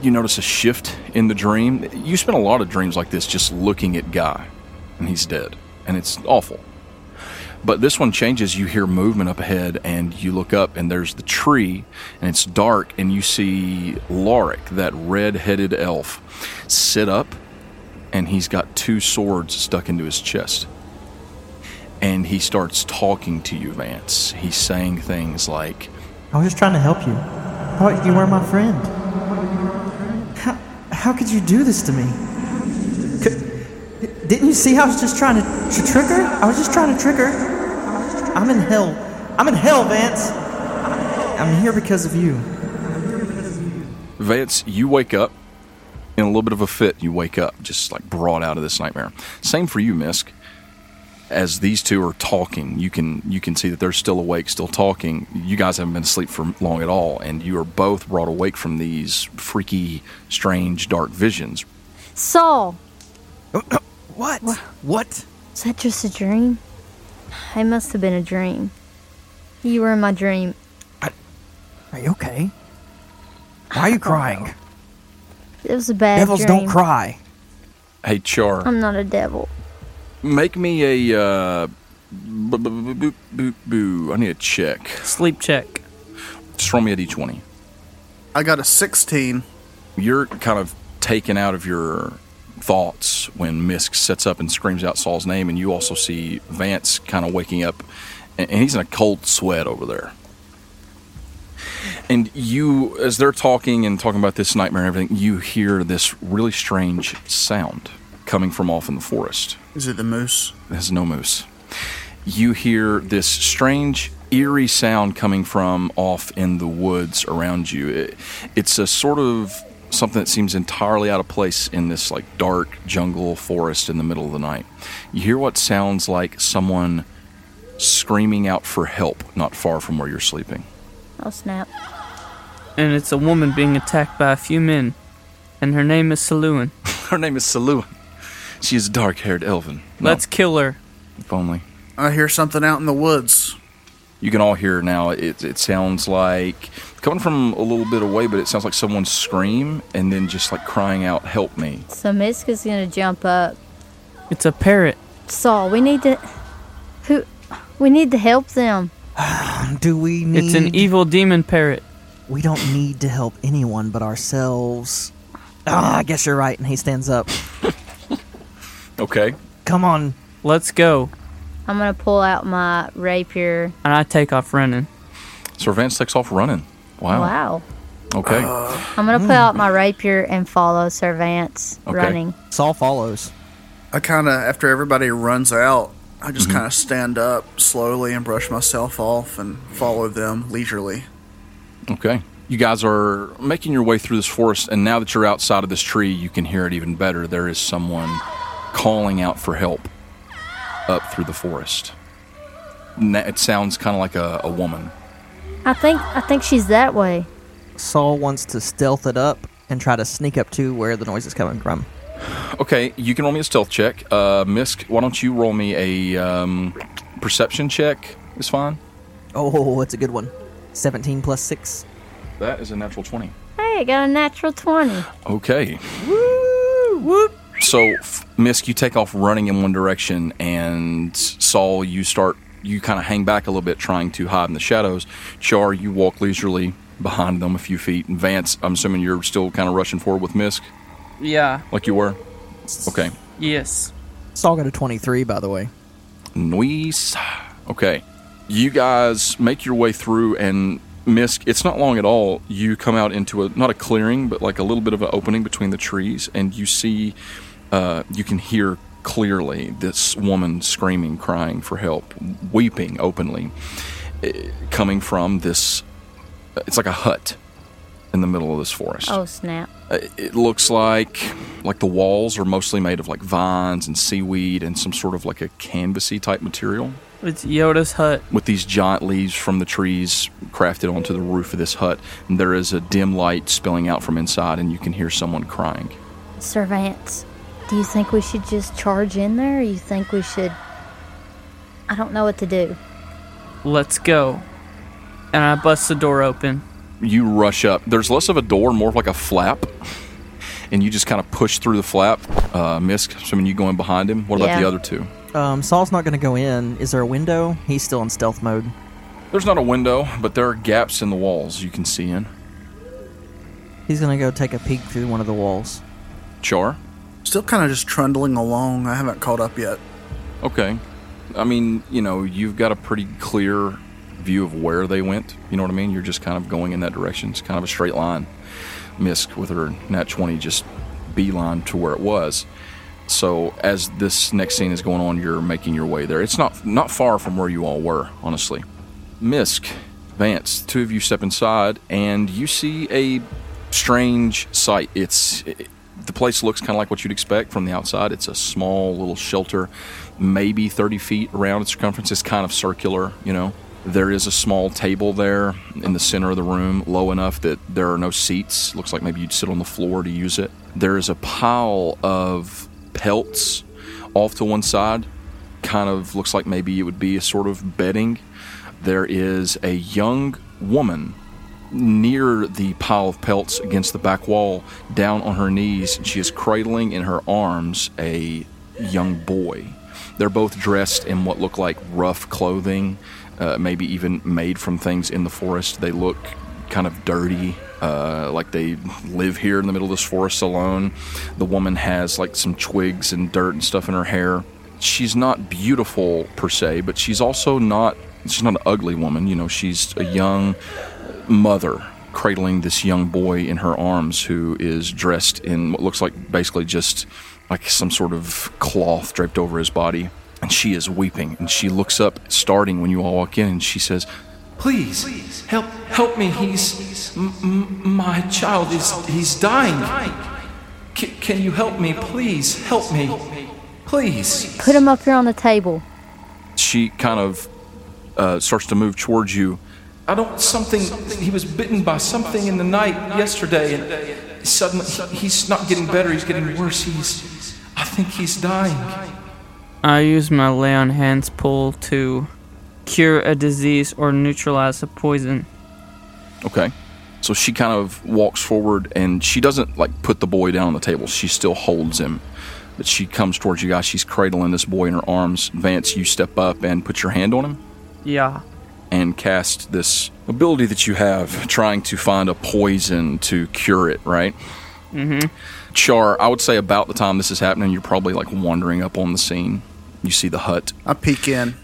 S4: you notice a shift in the dream. You spend a lot of dreams like this just looking at Guy, and he's dead. And it's awful. But this one changes. You hear movement up ahead, and you look up, and there's the tree, and it's dark, and you see Lorik, that red headed elf, sit up, and he's got two swords stuck into his chest. And he starts talking to you, Vance. He's saying things like,
S1: I was just trying to help you. I thought you were my friend. How, how could you do this to me? Could, didn't you see I was just trying to tr- trick her? I was just trying to trick her. I'm in hell. I'm in hell, Vance. I'm here because of you.
S4: Vance, you wake up in a little bit of a fit. You wake up just like brought out of this nightmare. Same for you, Misk. As these two are talking, you can you can see that they're still awake, still talking. You guys haven't been asleep for long at all, and you are both brought awake from these freaky, strange, dark visions.
S2: Saul,
S3: What? What?
S2: is that just a dream? It must have been a dream. You were in my dream.
S3: Are you okay? Why are you crying?
S2: It was a bad
S3: Devils
S2: dream.
S3: don't cry.
S4: Hey, Char,
S2: I'm not a devil.
S4: make me a uh, boo, boo, boo, boo, boo. I need a check.
S6: Sleep check.
S4: Just throw me a d twenty.
S5: I got a 16.
S4: you're kind of taken out of your thoughts when Misk sets up and screams out Saul's name, and you also see Vance kind of waking up, and and he's in a cold sweat over there. And you, as they're talking and talking about this nightmare and everything, you hear this really strange sound coming from off in the forest.
S5: Is it the moose?
S4: There's no moose. You hear this strange, eerie sound coming from off in the woods around you. It, it's a sort of something that seems entirely out of place in this like dark jungle forest in the middle of the night. You hear what sounds like someone s- screaming out for help not far from where you're sleeping.
S2: Oh, snap.
S6: and it's a woman being attacked by a few men, and her name is Saluan.
S4: Her name is Salua. She is a dark haired elven. No,
S6: Let's kill her.
S4: if only.
S5: I hear something out in the woods.
S4: You can all hear now. It, it sounds like coming from a little bit away, but it sounds like someone scream and then just like crying out, "Help me!"
S2: So Miska's gonna jump up.
S6: It's a parrot.
S2: Saul, we need to. Who? We need to help them.
S3: Do we need?
S6: It's an evil demon parrot.
S3: We don't need to help anyone but ourselves. Ah, I guess you're right. And he stands up.
S4: Okay.
S3: Come on.
S6: Let's go.
S2: I'm gonna pull out my rapier.
S6: And I take off running.
S4: So Vance takes off running. Wow.
S2: Wow.
S4: Okay.
S2: I'm gonna pull out my rapier and follow Servance
S4: Okay.
S2: running.
S3: Saul follows.
S5: I kind of, after everybody runs out, I just kind of stand up slowly and brush myself off and follow them leisurely.
S4: Okay. You guys are making your way through this forest, and now that you're outside of this tree, you can hear it even better. There is someone calling out for help up through the forest. Na- It sounds kind of like a, a woman.
S2: I think I think she's that way.
S3: Saul wants to stealth it up and try to sneak up to where the noise is coming from.
S4: Okay, you can roll me a stealth check. Uh, Misk, why don't you roll me a um, perception check? It's fine.
S3: Oh, that's a good one. 17 plus 6.
S4: That is a natural 20.
S2: Hey, I got a natural twenty.
S4: Okay. So, F- Misk, you take off running in one direction, and Saul, you start, you kind of hang back a little bit, trying to hide in the shadows. Char, you walk leisurely behind them a few feet. And Vance, I'm assuming you're still kind of rushing forward with Misk,
S6: Yeah.
S4: like you were. Okay.
S6: Yes.
S3: Saul got a 23, by the way.
S4: Nice. Okay. You guys make your way through and Misk, it's not long at all. You come out into a not a clearing, but like a little bit of an opening between the trees, and you see uh, you can hear clearly this woman screaming, crying for help, weeping openly, eh, coming from this it's like a hut in the middle of this forest
S2: Oh snap!
S4: it looks like like the walls are mostly made of like vines and seaweed and some sort of like a canvasy type material
S6: It's Yoda's hut.
S4: with these giant leaves from the trees crafted onto the roof of this hut and there is a dim light spilling out from inside and you can hear someone crying
S2: Servance, do you think we should just charge in there? Or you think we should? I don't know what to do.
S6: Let's go. And I bust the door open.
S4: you rush up there's less of a door more of like a flap and you just kind of push through the flap uh misk so I mean you going behind him what about
S2: Yeah.
S4: the other two
S3: Um, Saul's not going to go in. Is there a window? He's still in stealth mode.
S4: there's not a window but there are gaps in the walls you can see in
S3: He's going to go take a peek through one of the walls.
S4: char
S5: Still kind of just trundling along. I haven't caught up yet.
S4: Okay. I mean, you know, you've got a pretty clear view of where they went. You know what I mean? You're just kind of going in that direction. It's kind of a straight line. Misk with her nat 20 just beeline to where it was. So as this next scene is going on, you're making your way there. It's not not far from where you all were, honestly. Misk, Vance, the two of you step inside and you see a strange sight. It's it, the place looks kind of like what you'd expect from the outside. It's a small little shelter, maybe 30 feet around its circumference. It's kind of circular, you know. There is a small table there in the center of the room, low enough that there are no seats. Looks like maybe you'd sit on the floor to use it. There is a pile of pelts off to one side kind of looks like maybe it would be a sort of bedding. There is a young woman near the pile of pelts against the back wall, down on her knees, and she is cradling in her arms a young boy. They're both dressed in what look like rough clothing, uh, maybe even made from things in the forest. They look kind of dirty, uh, like they live here in the middle of this forest alone. The woman has like some twigs and dirt and stuff in her hair. She's not beautiful per se, but she's also not she's not an ugly woman. You know, she's a young mother cradling this young boy in her arms who is dressed in what looks like basically just like some sort of cloth draped over his body. And she is weeping. And she looks up, starting when you all walk in, and she says, Please, help, help me. He's, m- m- my child is, he's dying. C- can you help me? Please, help me. Please
S2: Put him up here on the table.
S4: she kind of uh, starts to move towards you.
S7: I don't something, He was bitten by something in the night yesterday, and suddenly he- he's not getting better. He's getting worse. He's. I think he's dying.
S6: I use my lay on hands pull to cure a disease or neutralize a poison.
S4: Okay. So she kind of walks forward and she doesn't like put the boy down on the table. She still holds him. But she comes towards you guys. She's cradling this boy in her arms. Vance, you step up and put your hand on him
S6: Yeah.
S4: and cast this ability that you have, trying to find a poison to cure it, right? Mm-hmm. Char, I would say about the time this is happening, you're probably like wandering up on the scene. You see the hut.
S5: I peek in.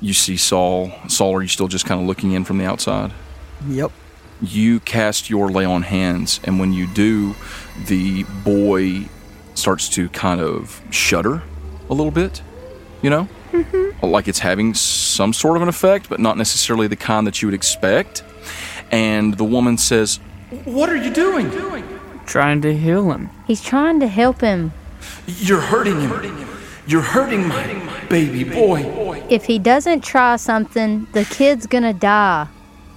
S4: You see Saul. Saul, are you still just kind of looking in from the outside?
S3: Yep.
S4: you cast your lay on hands, and when you do, the boy starts to kind of shudder a little bit, you know? Like it's having some sort of an effect, but not necessarily the kind that you would expect. And the woman says,
S7: What are you doing?
S6: Trying to heal him.
S2: He's trying to help him.
S7: You're hurting him. You're hurting my baby boy.
S2: If he doesn't try something, the kid's gonna die.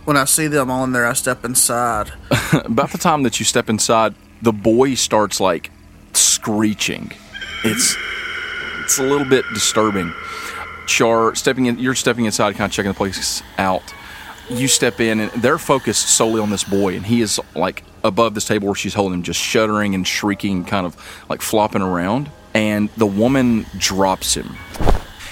S5: When I see them all in there, I step inside.
S4: About the time that you step inside, the boy starts like screeching. It's it's a little bit disturbing. Char stepping in you're stepping inside, kinda checking the place out. You step in and they're focused solely on this boy and he is like above this table where she's holding him, just shuddering and shrieking, kind of like flopping around. And the woman drops him.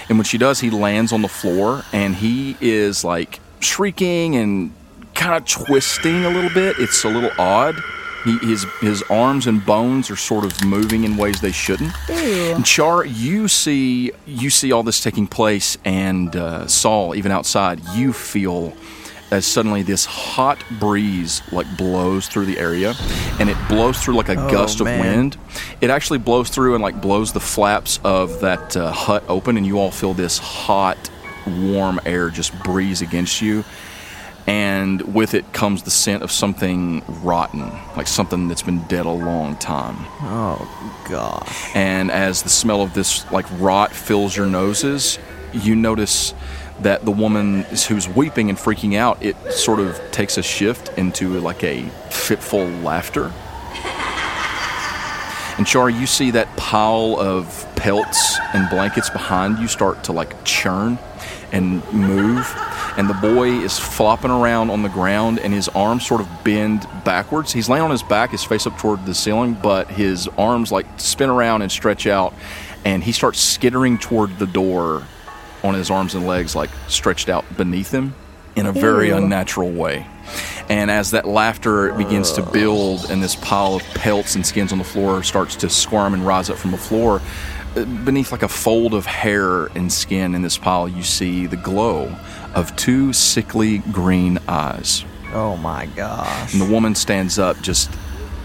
S4: And when she does, he lands on the floor and he is like shrieking and kind of twisting a little bit. It's a little odd. He, his his arms and bones are sort of moving in ways they shouldn't. And Char, you see you see all this taking place, and uh, Saul, even outside, you feel as suddenly this hot breeze like blows through the area, and it blows through like a gust of
S3: man.
S4: wind wind. It actually blows through and like blows the flaps of that uh, hut open, and you all feel this hot, warm air just breeze against you. And with it comes the scent of something rotten, like something that's been dead a long time.
S3: Oh gosh.
S4: And as the smell of this like rot fills your noses, you notice that the woman is- who's weeping and freaking out, it sort of takes a shift into like a fitful laughter. And Char, you see that pile of pelts and blankets behind you start to like churn and move. And the boy is flopping around on the ground and his arms sort of bend backwards. He's laying on his back, his face up toward the ceiling, but his arms like spin around and stretch out. And he starts skittering toward the door on his arms and legs, like stretched out beneath him in a very unnatural way. And as that laughter begins to build and this pile of pelts and skins on the floor starts to squirm and rise up from the floor, uh, beneath like a fold of hair and skin in this pile, you see the glow of two sickly green eyes.
S3: Oh my gosh.
S4: And the woman stands up, just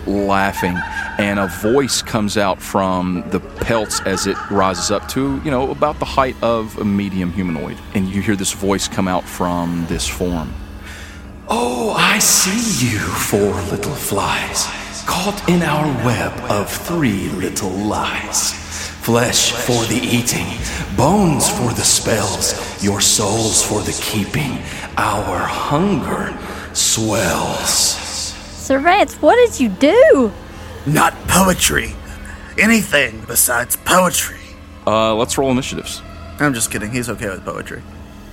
S4: laughing, and a voice comes out from the pelts as it rises up to, you know, about the height of a medium humanoid. And you hear this voice come out from this form.
S7: Oh, I see you, four little flies, caught in our web of three little lies. Flesh for the eating, bones for the spells, your souls for the keeping. Our hunger swells.
S2: Servants, what did you do?
S5: Not poetry. Anything besides poetry.
S4: Uh, let's roll initiatives.
S5: I'm just kidding. He's okay with poetry.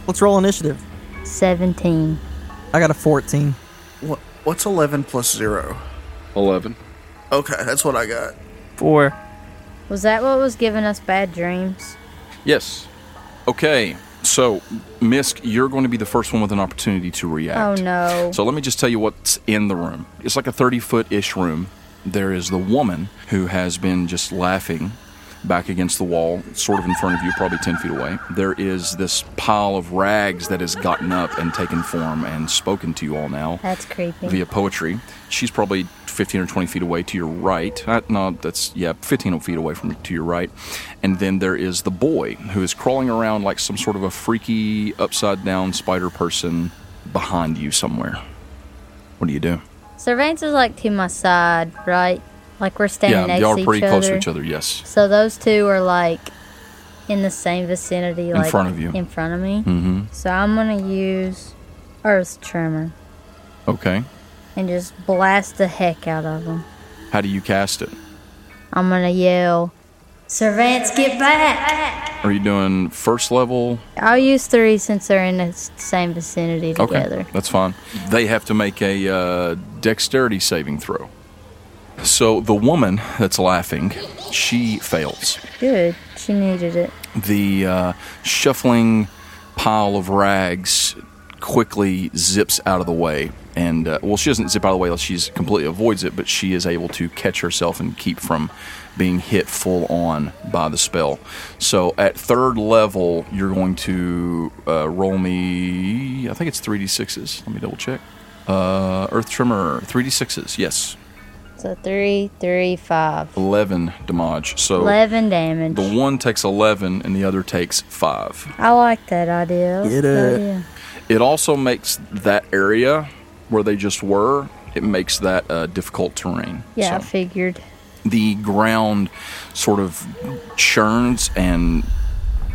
S3: Let's roll initiative.
S2: 17.
S3: I got a 14.
S5: What? What's 11 plus 0?
S4: 11.
S5: Okay, that's what I got.
S6: Four.
S2: Was that what was giving us bad dreams?
S4: Yes. Okay. So, Misk, you're going to be the first one with an opportunity to
S2: Oh
S4: react.
S2: no.
S4: So let me just tell you what's in the room. It's like a 30 foot ish room. There is the woman who has been just laughing back against the wall, sort of in front of you, probably 10 feet away. There is this pile of rags that has gotten up and taken form and spoken to you all now
S2: That's creepy.
S4: via poetry. She's probably 15 or 20 feet away to your right. Uh, no, that's, yeah, 15 feet away from to your right. And then there is the boy who is crawling around like some sort of a freaky, upside down spider person behind you somewhere. What do you do?
S2: Servants is like to my side, right? Like we're standing
S4: yeah,
S2: next
S4: y'all
S2: to
S4: are
S2: each
S4: pretty
S2: other.
S4: close to each other, yes.
S2: So those two are like in the same vicinity, like
S4: front of you.
S2: In front of me. Mm-hmm. So I'm gonna use Earth Tremor
S4: Okay.
S2: and just blast the heck out of them.
S4: How do you cast it?
S2: I'm gonna yell, "Servants, get back!"
S4: Are you doing first level?
S2: I'll use three since they're in the s- same vicinity
S4: Okay,
S2: together.
S4: that's fine. They have to make a uh, dexterity saving throw. So the woman that's laughing, she fails.
S2: Good. She needed it.
S4: the uh, shuffling pile of rags quickly zips out of the way. And, uh, well, she doesn't zip out of the way, she completely avoids it, but she is able to catch herself and keep from being hit full on by the spell. So at third level, you're going to uh, roll me, I think it's 3d6s. Let me double check. Uh, Earth Tremor, 3d6s, yes.
S2: So three, three, five.
S4: 11 damage. So
S2: Eleven damage.
S4: the one takes 11 and the other takes 5.
S2: I like that idea. That's
S3: Get
S2: a good
S3: it.
S2: idea.
S4: It also makes that area where they just were. It makes that uh, difficult terrain.
S2: Yeah, I
S4: So
S2: figured.
S4: the ground sort of churns, and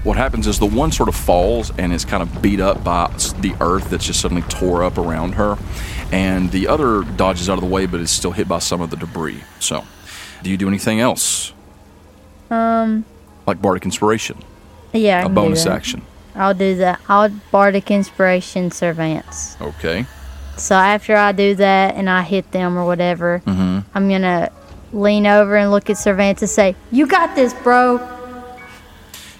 S4: what happens is the one sort of falls and is kind of beat up by s- the earth that's just suddenly tore up around her, and the other dodges out of the way, but is still hit by some of the debris. So, do you do anything else? Um, like bardic inspiration,
S2: Yeah, Um. I
S4: a
S2: can
S4: bonus
S2: do that.
S4: action.
S2: I'll do that. I'll bardic inspiration servants.
S4: Okay.
S2: So after I do that and I hit them or whatever,
S4: Mm-hmm.
S2: I'm gonna lean over and look at servants and say, "You got this, bro."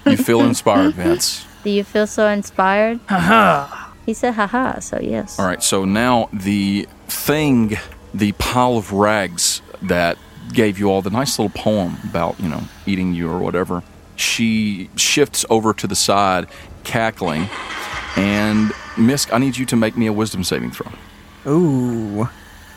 S4: You feel inspired, Vince.
S2: Do you feel so inspired? Haha. He said, "Haha." So yes.
S4: All right, so now the thing, the pile of rags that gave you all the nice little poem about, you know, eating you or whatever, she shifts over to the side, cackling, and Misk, I need you to make me a wisdom saving throw.
S3: Ooh.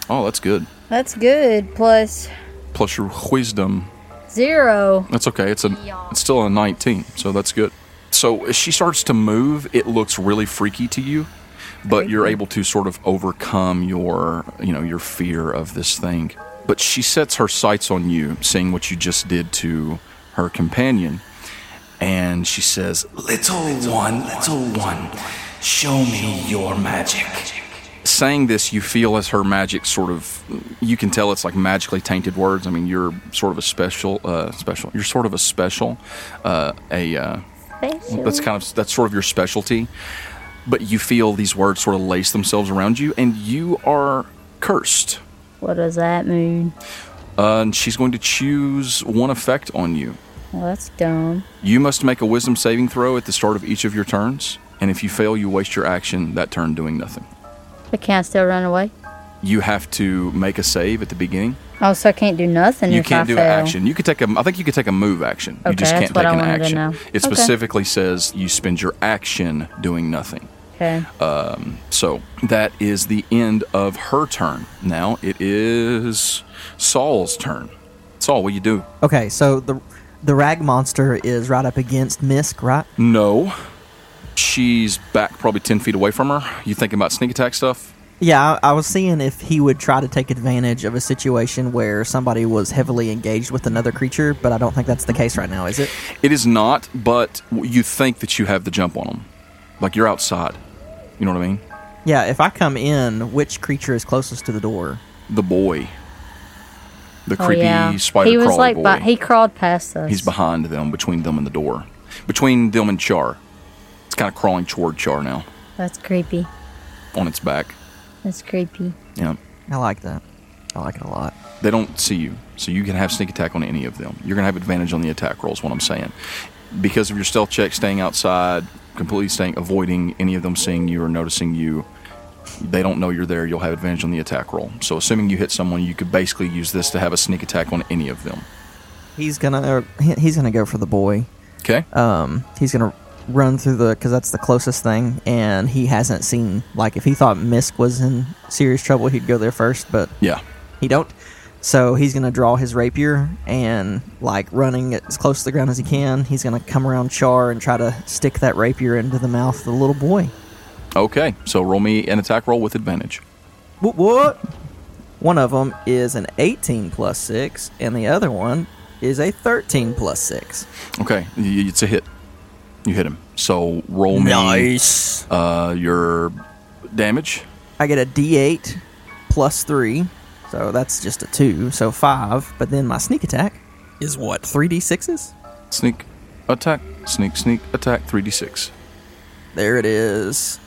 S4: Oh, that's good.
S2: That's good. Plus
S4: Plus your wisdom.
S2: zero.
S4: That's okay. It's a it's still a 19, so that's good. So as she starts to move, it looks really freaky to you, but you're able to sort of overcome your, you know, your fear of this thing. But she sets her sights on you, seeing what you just did to her companion, and she says,
S7: Little one, little one, show me your magic.
S4: saying this, you feel as her magic sort of, you can tell it's like magically tainted words. I mean, you're sort of a special, uh, special. You're sort of a special, uh, a. Uh,
S2: Special.
S4: that's kind of that's sort of your specialty. But you feel these words sort of lace themselves around you, and you are cursed.
S2: What does that mean?
S4: Uh, and she's going to choose one effect on you.
S2: Well, that's dumb.
S4: You must make a wisdom saving throw at the start of each of your turns, and if you fail, you waste your action that turn doing nothing.
S2: But can I still run away?
S4: You have to make a save at the beginning.
S2: Oh, so I can't do nothing
S4: You
S2: if
S4: can't
S2: I
S4: do
S2: fail.
S4: an action. You could take a. I think you could take a move action. you
S2: Okay,
S4: just
S2: that's
S4: can't
S2: what
S4: take
S2: I
S4: an
S2: wanted to
S4: action.
S2: know.
S4: It
S2: Okay.
S4: specifically says you spend your action doing nothing.
S2: Okay.
S4: So that is the end of her turn. Now it is Saul's turn. Saul, what do you do?
S3: Okay, so the the rag monster is right up against Misk, right?
S4: No. She's back probably 10 feet away from her. You thinking about sneak attack stuff?
S3: Yeah, I, I was seeing if he would try to take advantage of a situation where somebody was heavily engaged with another creature, but I don't think that's the case right now, is it?
S4: It is not, but you think that you have the jump on them. Like you're outside. You know what I mean?
S3: Yeah, if I come in, which creature is closest to the door?
S4: The boy. The
S2: oh
S4: creepy
S2: yeah.
S4: spider
S2: he was
S4: crawler
S2: like,
S4: boy.
S2: bi- he crawled past us.
S4: He's behind them, between them and the door. Between them and Char. It's kind of crawling toward Char now
S2: That's creepy.
S4: on its back.
S2: That's creepy.
S4: Yeah.
S3: I like that. I like it a lot.
S4: They don't see you, so you can have sneak attack on any of them. You're going to have advantage on the attack rolls. What I'm saying, because of your stealth check, staying outside, completely staying, avoiding any of them seeing you or noticing you, they don't know you're there. You'll have advantage on the attack roll. So assuming you hit someone, you could basically use this to have a sneak attack on any of them.
S3: He's gonna er, he- he's gonna go for the boy.
S4: Okay.
S3: Um, he's gonna run through the because that's the closest thing, and he hasn't seen like if he thought Misk was in serious trouble, he'd go there first, but
S4: yeah.
S3: he don't. So he's gonna draw his rapier and like running as close to the ground as he can. He's gonna come around Char and try to stick that rapier into the mouth of the little boy.
S4: Okay. So roll me an attack roll with advantage.
S3: What? What? One of them is an 18 plus six, and the other one is a 13 plus six.
S4: Okay. Y- It's a hit. You hit him. So roll me uh, your damage.
S3: I get a D8 plus three, so that's just a two, so five. But then my sneak attack is what three D6s?
S4: Sneak, attack, sneak, sneak, attack, 3d6.
S3: There it is.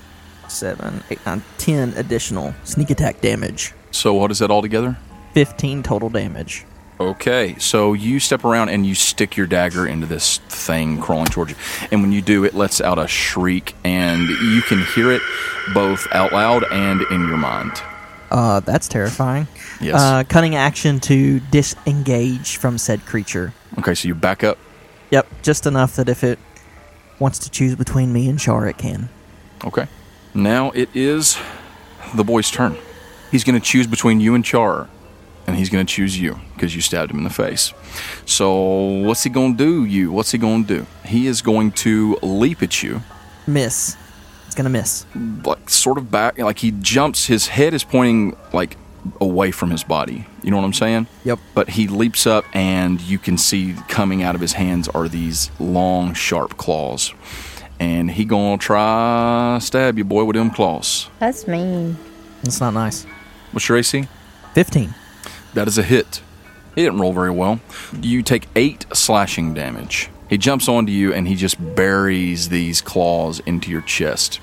S3: Seven, eight, nine, ten additional sneak attack damage.
S4: So what is that all together?
S3: Fifteen total damage.
S4: Okay, so you step around and you stick your dagger into this thing crawling towards you. And when you do, it lets out a shriek, and you can hear it both out loud and in your mind.
S3: Uh, that's terrifying.
S4: Yes.
S3: Uh, cunning action to disengage from said creature.
S4: Okay, so you back up.
S3: Yep, just enough that if it wants to choose between me and Char, it can.
S4: Okay. Now it is the boy's turn. He's going to choose between you and Char, and he's going to choose you because you stabbed him in the face. So what's he going to do? You? What's he going to do? He is going to leap at you,
S3: Miss. It's gonna miss.
S4: like sort of back, like he jumps. His head is pointing like away from his body. You know what I'm saying?
S3: Yep.
S4: But he leaps up, and you can see coming out of his hands are these long, sharp claws. And he gonna try stab you, boy, with them claws.
S2: That's mean.
S3: That's not nice.
S4: What's your AC?
S3: Fifteen.
S4: That is a hit. He didn't roll very well. You take eight slashing damage. He jumps onto you and he just buries these claws into your chest.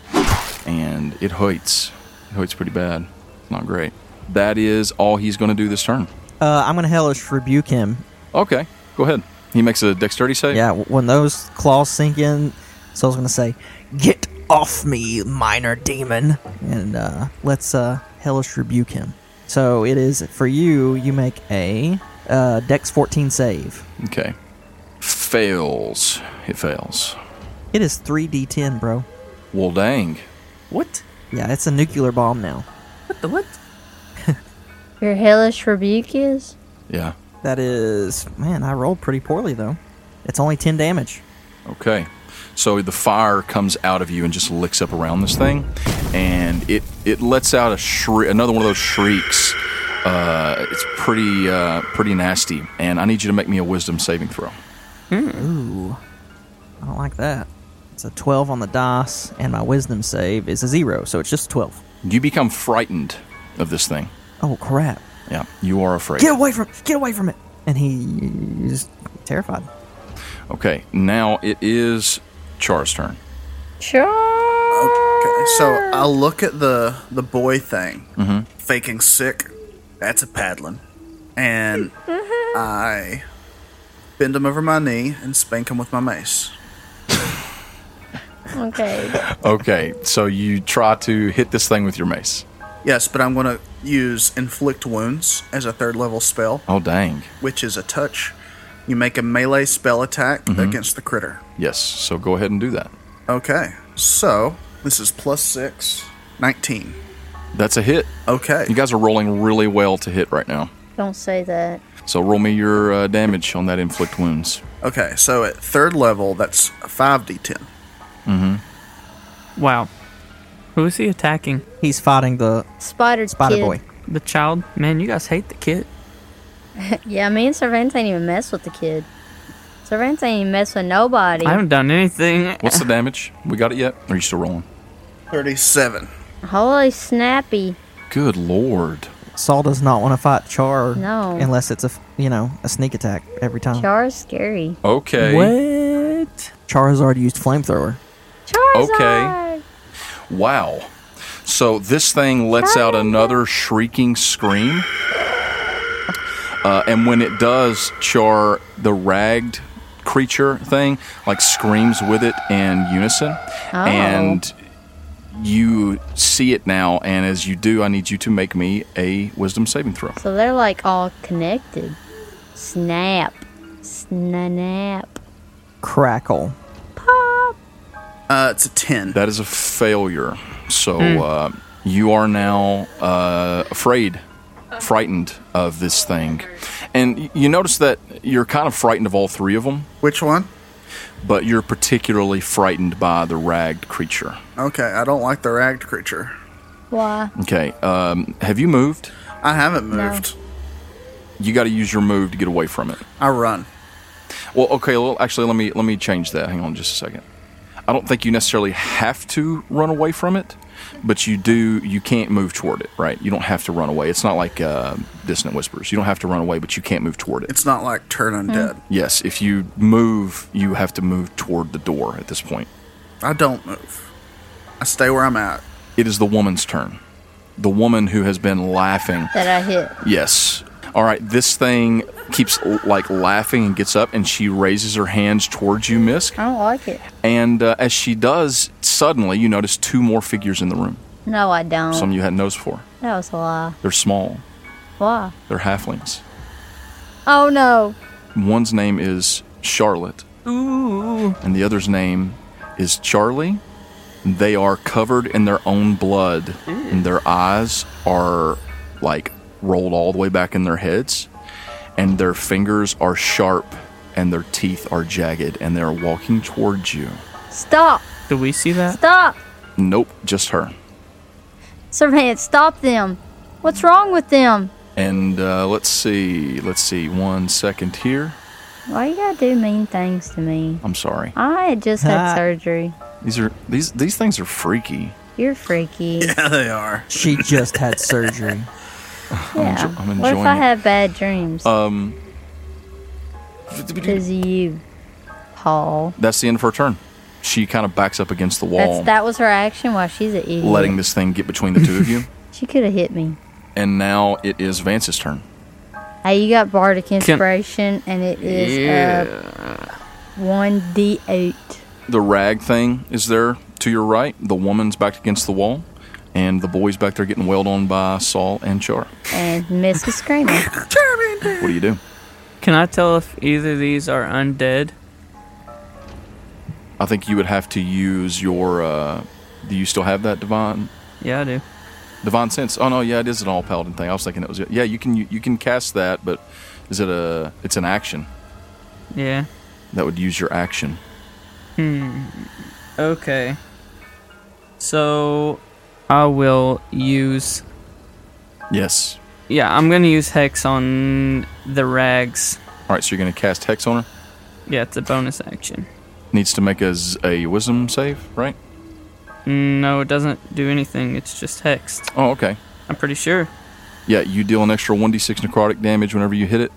S4: And it hurts. It hurts pretty bad. Not great. That is all he's going to do this turn.
S3: Uh, I'm gonna hellish rebuke him.
S4: Okay, go ahead. He makes a dexterity save.
S3: Yeah, w- when those claws sink in, so I was gonna say, "Get off me, minor demon!" And uh, let's uh, hellish rebuke him. So it is for you. You make a uh, Dex 14 save.
S4: Okay. Fails. It fails.
S3: It is 3d10, bro.
S4: Well, dang.
S6: What?
S3: Yeah, it's a nuclear bomb now.
S6: What the what?
S2: Your hellish rebuke is?
S4: Yeah.
S3: That is, man, I rolled pretty poorly though. It's only 10 damage.
S4: Okay. So the fire comes out of you and just licks up around this thing, and it it lets out a shriek, another one of those shrieks. Uh, it's pretty uh, pretty nasty, and I need you to make me a wisdom saving throw.
S3: I don't like that. It's a 12 on the dice, and my wisdom save is a zero, so it's just 12.
S4: You become frightened of this thing.
S3: Oh crap!
S4: Yeah, you are afraid.
S3: Get away from! Get away from it! And he's terrified.
S4: Okay, now it is Char's turn.
S2: Sure.
S5: Okay, so I'll look at the the boy thing, faking sick. That's a paddling, and I bend him over my knee and spank him with my mace.
S2: Okay.
S4: Okay, so you try to hit this thing with your mace.
S5: Yes, but I'm gonna use inflict wounds as a third level spell,
S4: Oh dang!
S5: which is a touch. You make a melee spell attack against the critter.
S4: Yes, so go ahead and do that.
S5: Okay, so this is plus six, 19.
S4: That's a hit.
S5: Okay,
S4: You guys are rolling really well to hit right now.
S2: Don't say that.
S4: So roll me your uh, damage on that inflict wounds.
S5: okay. So at third level, that's five d10.
S6: Wow. Who is he attacking?
S3: He's fighting the
S2: Spider
S3: spider
S2: kid.
S3: boy.
S6: The child? Man, you guys hate the kid.
S2: Yeah, me and Servants ain't even mess with the kid. Servants ain't even mess with nobody.
S6: I haven't done anything.
S4: What's the damage? We got it yet? Are you still rolling?
S5: Thirty-seven.
S2: Holy snappy.
S4: Good lord.
S3: Saul does not want to fight Char
S2: No.
S3: unless it's a you know a sneak attack every time. Char,
S2: Char is scary.
S4: Okay.
S6: What?
S3: has already used flamethrower.
S2: Charizard!
S4: Wow. So this thing lets out another shrieking scream. Uh, and when it does, Char, the ragged creature thing, like screams with it in unison. And you see it now. And as you do, I need you to make me a wisdom saving throw.
S2: So they're like all connected. Snap. Snap.
S3: Crackle.
S5: Uh, it's a ten.
S4: That is a failure. So uh, you are now uh, afraid, frightened of this thing. And y- you notice that you're kind of frightened of all three of them,
S5: Which one?
S4: but you're particularly frightened by the ragged creature.
S5: Okay, I don't like the ragged creature.
S2: Why?
S4: Okay, um, have you moved?
S5: I haven't moved.
S4: You got to use your move to get away from it.
S5: I run.
S4: Well, okay, well, actually, let me let me change that. Hang on just a second. I don't think you necessarily have to run away from it, but you do. You can't move toward it, right? You don't have to run away. It's not like uh, Dissonant Whispers. You don't have to run away, but you can't move toward it.
S5: It's not like turn undead.
S4: Yes, if you move, you have to move toward the door at this point.
S5: I don't move. I stay where I'm at.
S4: It is the woman's turn. The woman who has been laughing.
S2: that I hit.
S4: Yes. All right, this thing keeps like laughing and gets up and she raises her hands towards you, Misk.
S2: I don't like it.
S4: And uh, as she does, suddenly you notice two more figures in the room.
S2: No, I don't.
S4: Some you hadn't noticed before.
S2: that was a lie.
S4: They're small,
S2: Why?
S4: they're halflings.
S2: Oh no.
S4: One's name is Charlotte. And the other's name is Charlie. They are covered in their own blood, and their eyes are like rolled all the way back in their heads, and their fingers are sharp, and their teeth are jagged, and they're walking towards you.
S2: Stop.
S6: Do we see that?
S2: Stop.
S4: Nope, just her.
S2: Servant, stop them. What's wrong with them?
S4: And uh, let's see, let's see, one second here.
S2: Why you gotta do mean things to me?
S4: I'm sorry.
S2: I had just had surgery.
S4: These are these these things are freaky.
S2: You're freaky. Yeah.
S5: Yeah, they are.
S3: She just had surgery.
S4: enjo-
S2: what
S4: I'm
S2: if
S4: enjoying
S2: I
S4: it. Uh,
S2: have bad dreams? Because you, Paul.
S4: That's the end of her turn. She kind of backs up against the wall,
S2: That's that was her action. Why she's an idiot.
S4: letting this thing get between the two of you.
S2: She could have hit me.
S4: And now it is Vance's turn.
S2: Hey, Uh, you got bardic inspiration, and it is uh one d eight.
S4: The rag thing is there to your right. The woman's back against the wall. And the boy's back there getting wailed on by Saul and Char.
S2: And Miss is screaming.
S4: What do you do?
S6: Can I tell if either of these are undead?
S4: I think you would have to use your. Uh, do you still have that divine
S6: Yeah, I do.
S4: divine sense? Oh no, yeah, it is an all paladin thing. I was thinking it was. Yeah, you can you, you can cast that, but is it a? It's an action
S6: Yeah.
S4: that would use your action.
S6: Okay. So I will use.
S4: Yes.
S6: Yeah, I'm gonna use hex on the rags.
S4: All right, so you're going to cast hex on her.
S6: Yeah, it's a bonus action.
S4: needs to make us a wisdom save, right?
S6: No, it doesn't do anything. It's just hexed.
S4: Oh, okay.
S6: I'm pretty sure.
S4: Yeah, you deal an extra 1d6 necrotic damage whenever you hit it,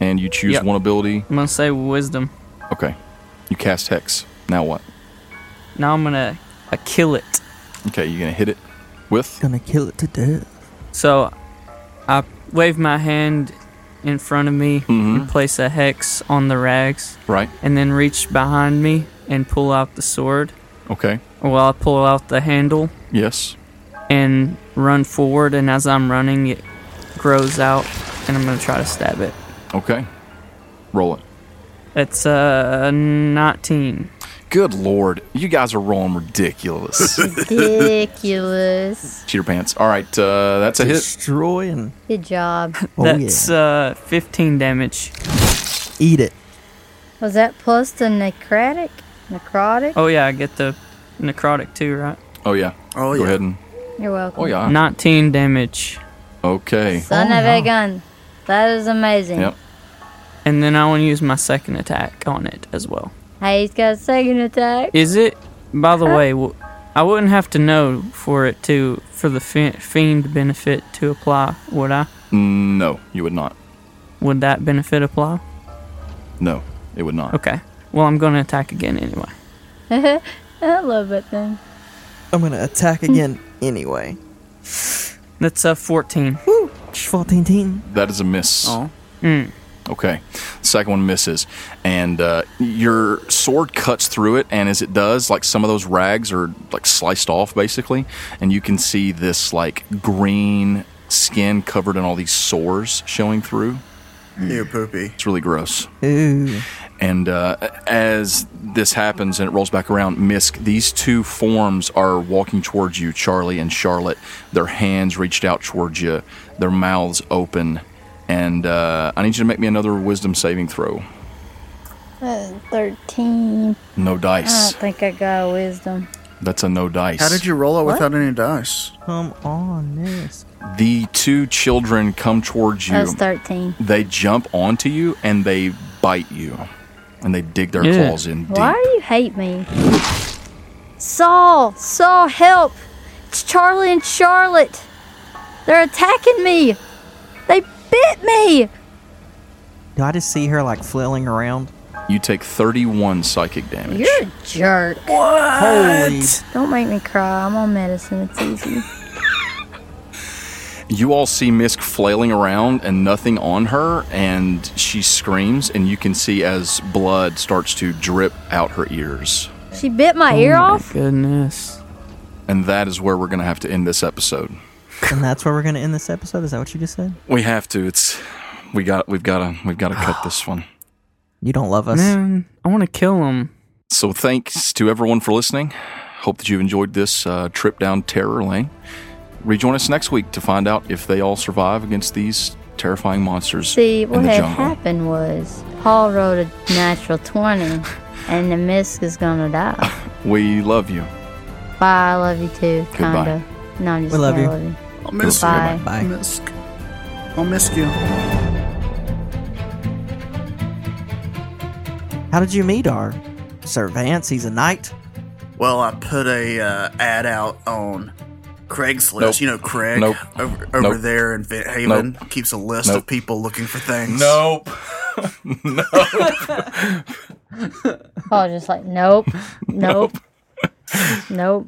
S4: and you choose
S6: Yep.
S4: one ability.
S6: I'm gonna say wisdom.
S4: Okay. You cast Hex. Now what?
S6: Now I'm gonna uh, kill it.
S4: Okay, you're going to hit it with.
S3: Gonna kill it to death.
S6: So I wave my hand in front of me and place a hex on the rags,
S4: Right.
S6: and then reach behind me and pull out the sword.
S4: Okay.
S6: Well, I pull out the handle
S4: Yes.
S6: and run forward, and as I'm running, it grows out, and I'm gonna try to stab it.
S4: Okay. Roll it.
S6: It's uh, 19.
S4: Good lord. You guys are rolling ridiculous.
S2: Ridiculous.
S4: Cheater pants. All right, uh, that's a hit.
S3: Destroying.
S2: Good job.
S3: Oh
S6: That's uh, 15 damage.
S3: yeah. Eat it.
S2: Was that plus the necrotic? Necrotic?
S6: Oh yeah, I get the necrotic too, right?
S4: Oh, yeah. Go
S5: Oh, yeah.
S4: ahead and.
S2: You're welcome.
S4: Oh, yeah. Oh,
S6: 19 damage.
S4: Okay.
S2: Son of a gun. That is amazing.
S4: Yep.
S6: And then I want to use my second attack on it as well.
S2: Hey, he's got a second attack.
S6: Is it, by the way, w- I wouldn't have to know for it to, for the fi- fiend benefit to apply, would I?
S4: No, you would not.
S6: Would that benefit apply?
S4: No, it would not.
S6: Okay. Well, I'm going to attack again anyway.
S2: I love it then.
S3: I'm gonna attack again anyway.
S6: That's uh, a 14.
S3: Fourteen teen.
S4: That is a miss.
S5: Oh.
S4: Okay. Second one misses. And uh, your sword cuts through it. And as it does, like some of those rags are like sliced off basically. And you can see this like green skin covered in all these sores showing through.
S5: You poopy.
S4: It's really gross.
S3: Ooh.
S4: And uh, as this happens and it rolls back around, Misk, these two forms are walking towards you, Charlie and Charlotte. Their hands reached out towards you, their mouths open. And uh, I need you to make me another wisdom saving throw.
S2: Uh, 13.
S4: No
S2: I
S4: dice.
S2: don't think I got a wisdom.
S4: That's a no dice.
S5: How did you roll it without any dice?
S3: Come on, Miss.
S4: The two children come towards you.
S2: That was 13.
S4: They jump onto you and they bite you, and they dig their
S6: Yeah.
S4: claws in deep.
S2: Why do you hate me? Saul, Saul, help! It's Charlie and Charlotte. They're attacking me. They bit me.
S3: Do I just see her like flailing around?
S4: You take 31 psychic damage.
S2: You're a jerk.
S3: Holy!
S2: Don't make me cry. I'm on medicine. It's easy.
S4: You all see Misk flailing around and nothing on her, and she screams, and you can see as blood starts to drip out her ears.
S2: She bit my ear off.
S6: Oh Goodness.
S4: And that is where we're going to have to end this episode.
S3: And that's where we're gonna end this episode. Is that what you just said?
S4: We have to. It's we got we've got to we've got to cut this one.
S3: You don't love us.
S6: Man, I want to kill him.
S4: So thanks to everyone for listening. Hope that you've enjoyed this uh, trip down terror lane. Rejoin us next week to find out if they all survive against these terrifying monsters
S2: See,
S4: in
S2: what
S4: the
S2: had
S4: jungle.
S2: happened was Paul rolled a natural 20, and the misc is gonna die.
S4: We love you.
S2: Bye, I love you too,
S4: Goodbye.
S2: kinda. No, I'm just
S3: We love
S2: kidding,
S3: you.
S2: I love you.
S5: I'll miss you.
S2: Bye.
S3: Bye.
S5: I'll miss- I'll miss you.
S3: How did you meet our Sir Vance? He's a knight.
S5: Well, I put a uh, ad out on Craigslist.
S4: Nope.
S5: You know Craig
S4: Nope.
S5: over, over
S4: Nope.
S5: there in Vent Haven keeps a list
S4: Nope.
S5: of people looking for things.
S4: Nope.
S2: Paul just like, nope, nope, nope.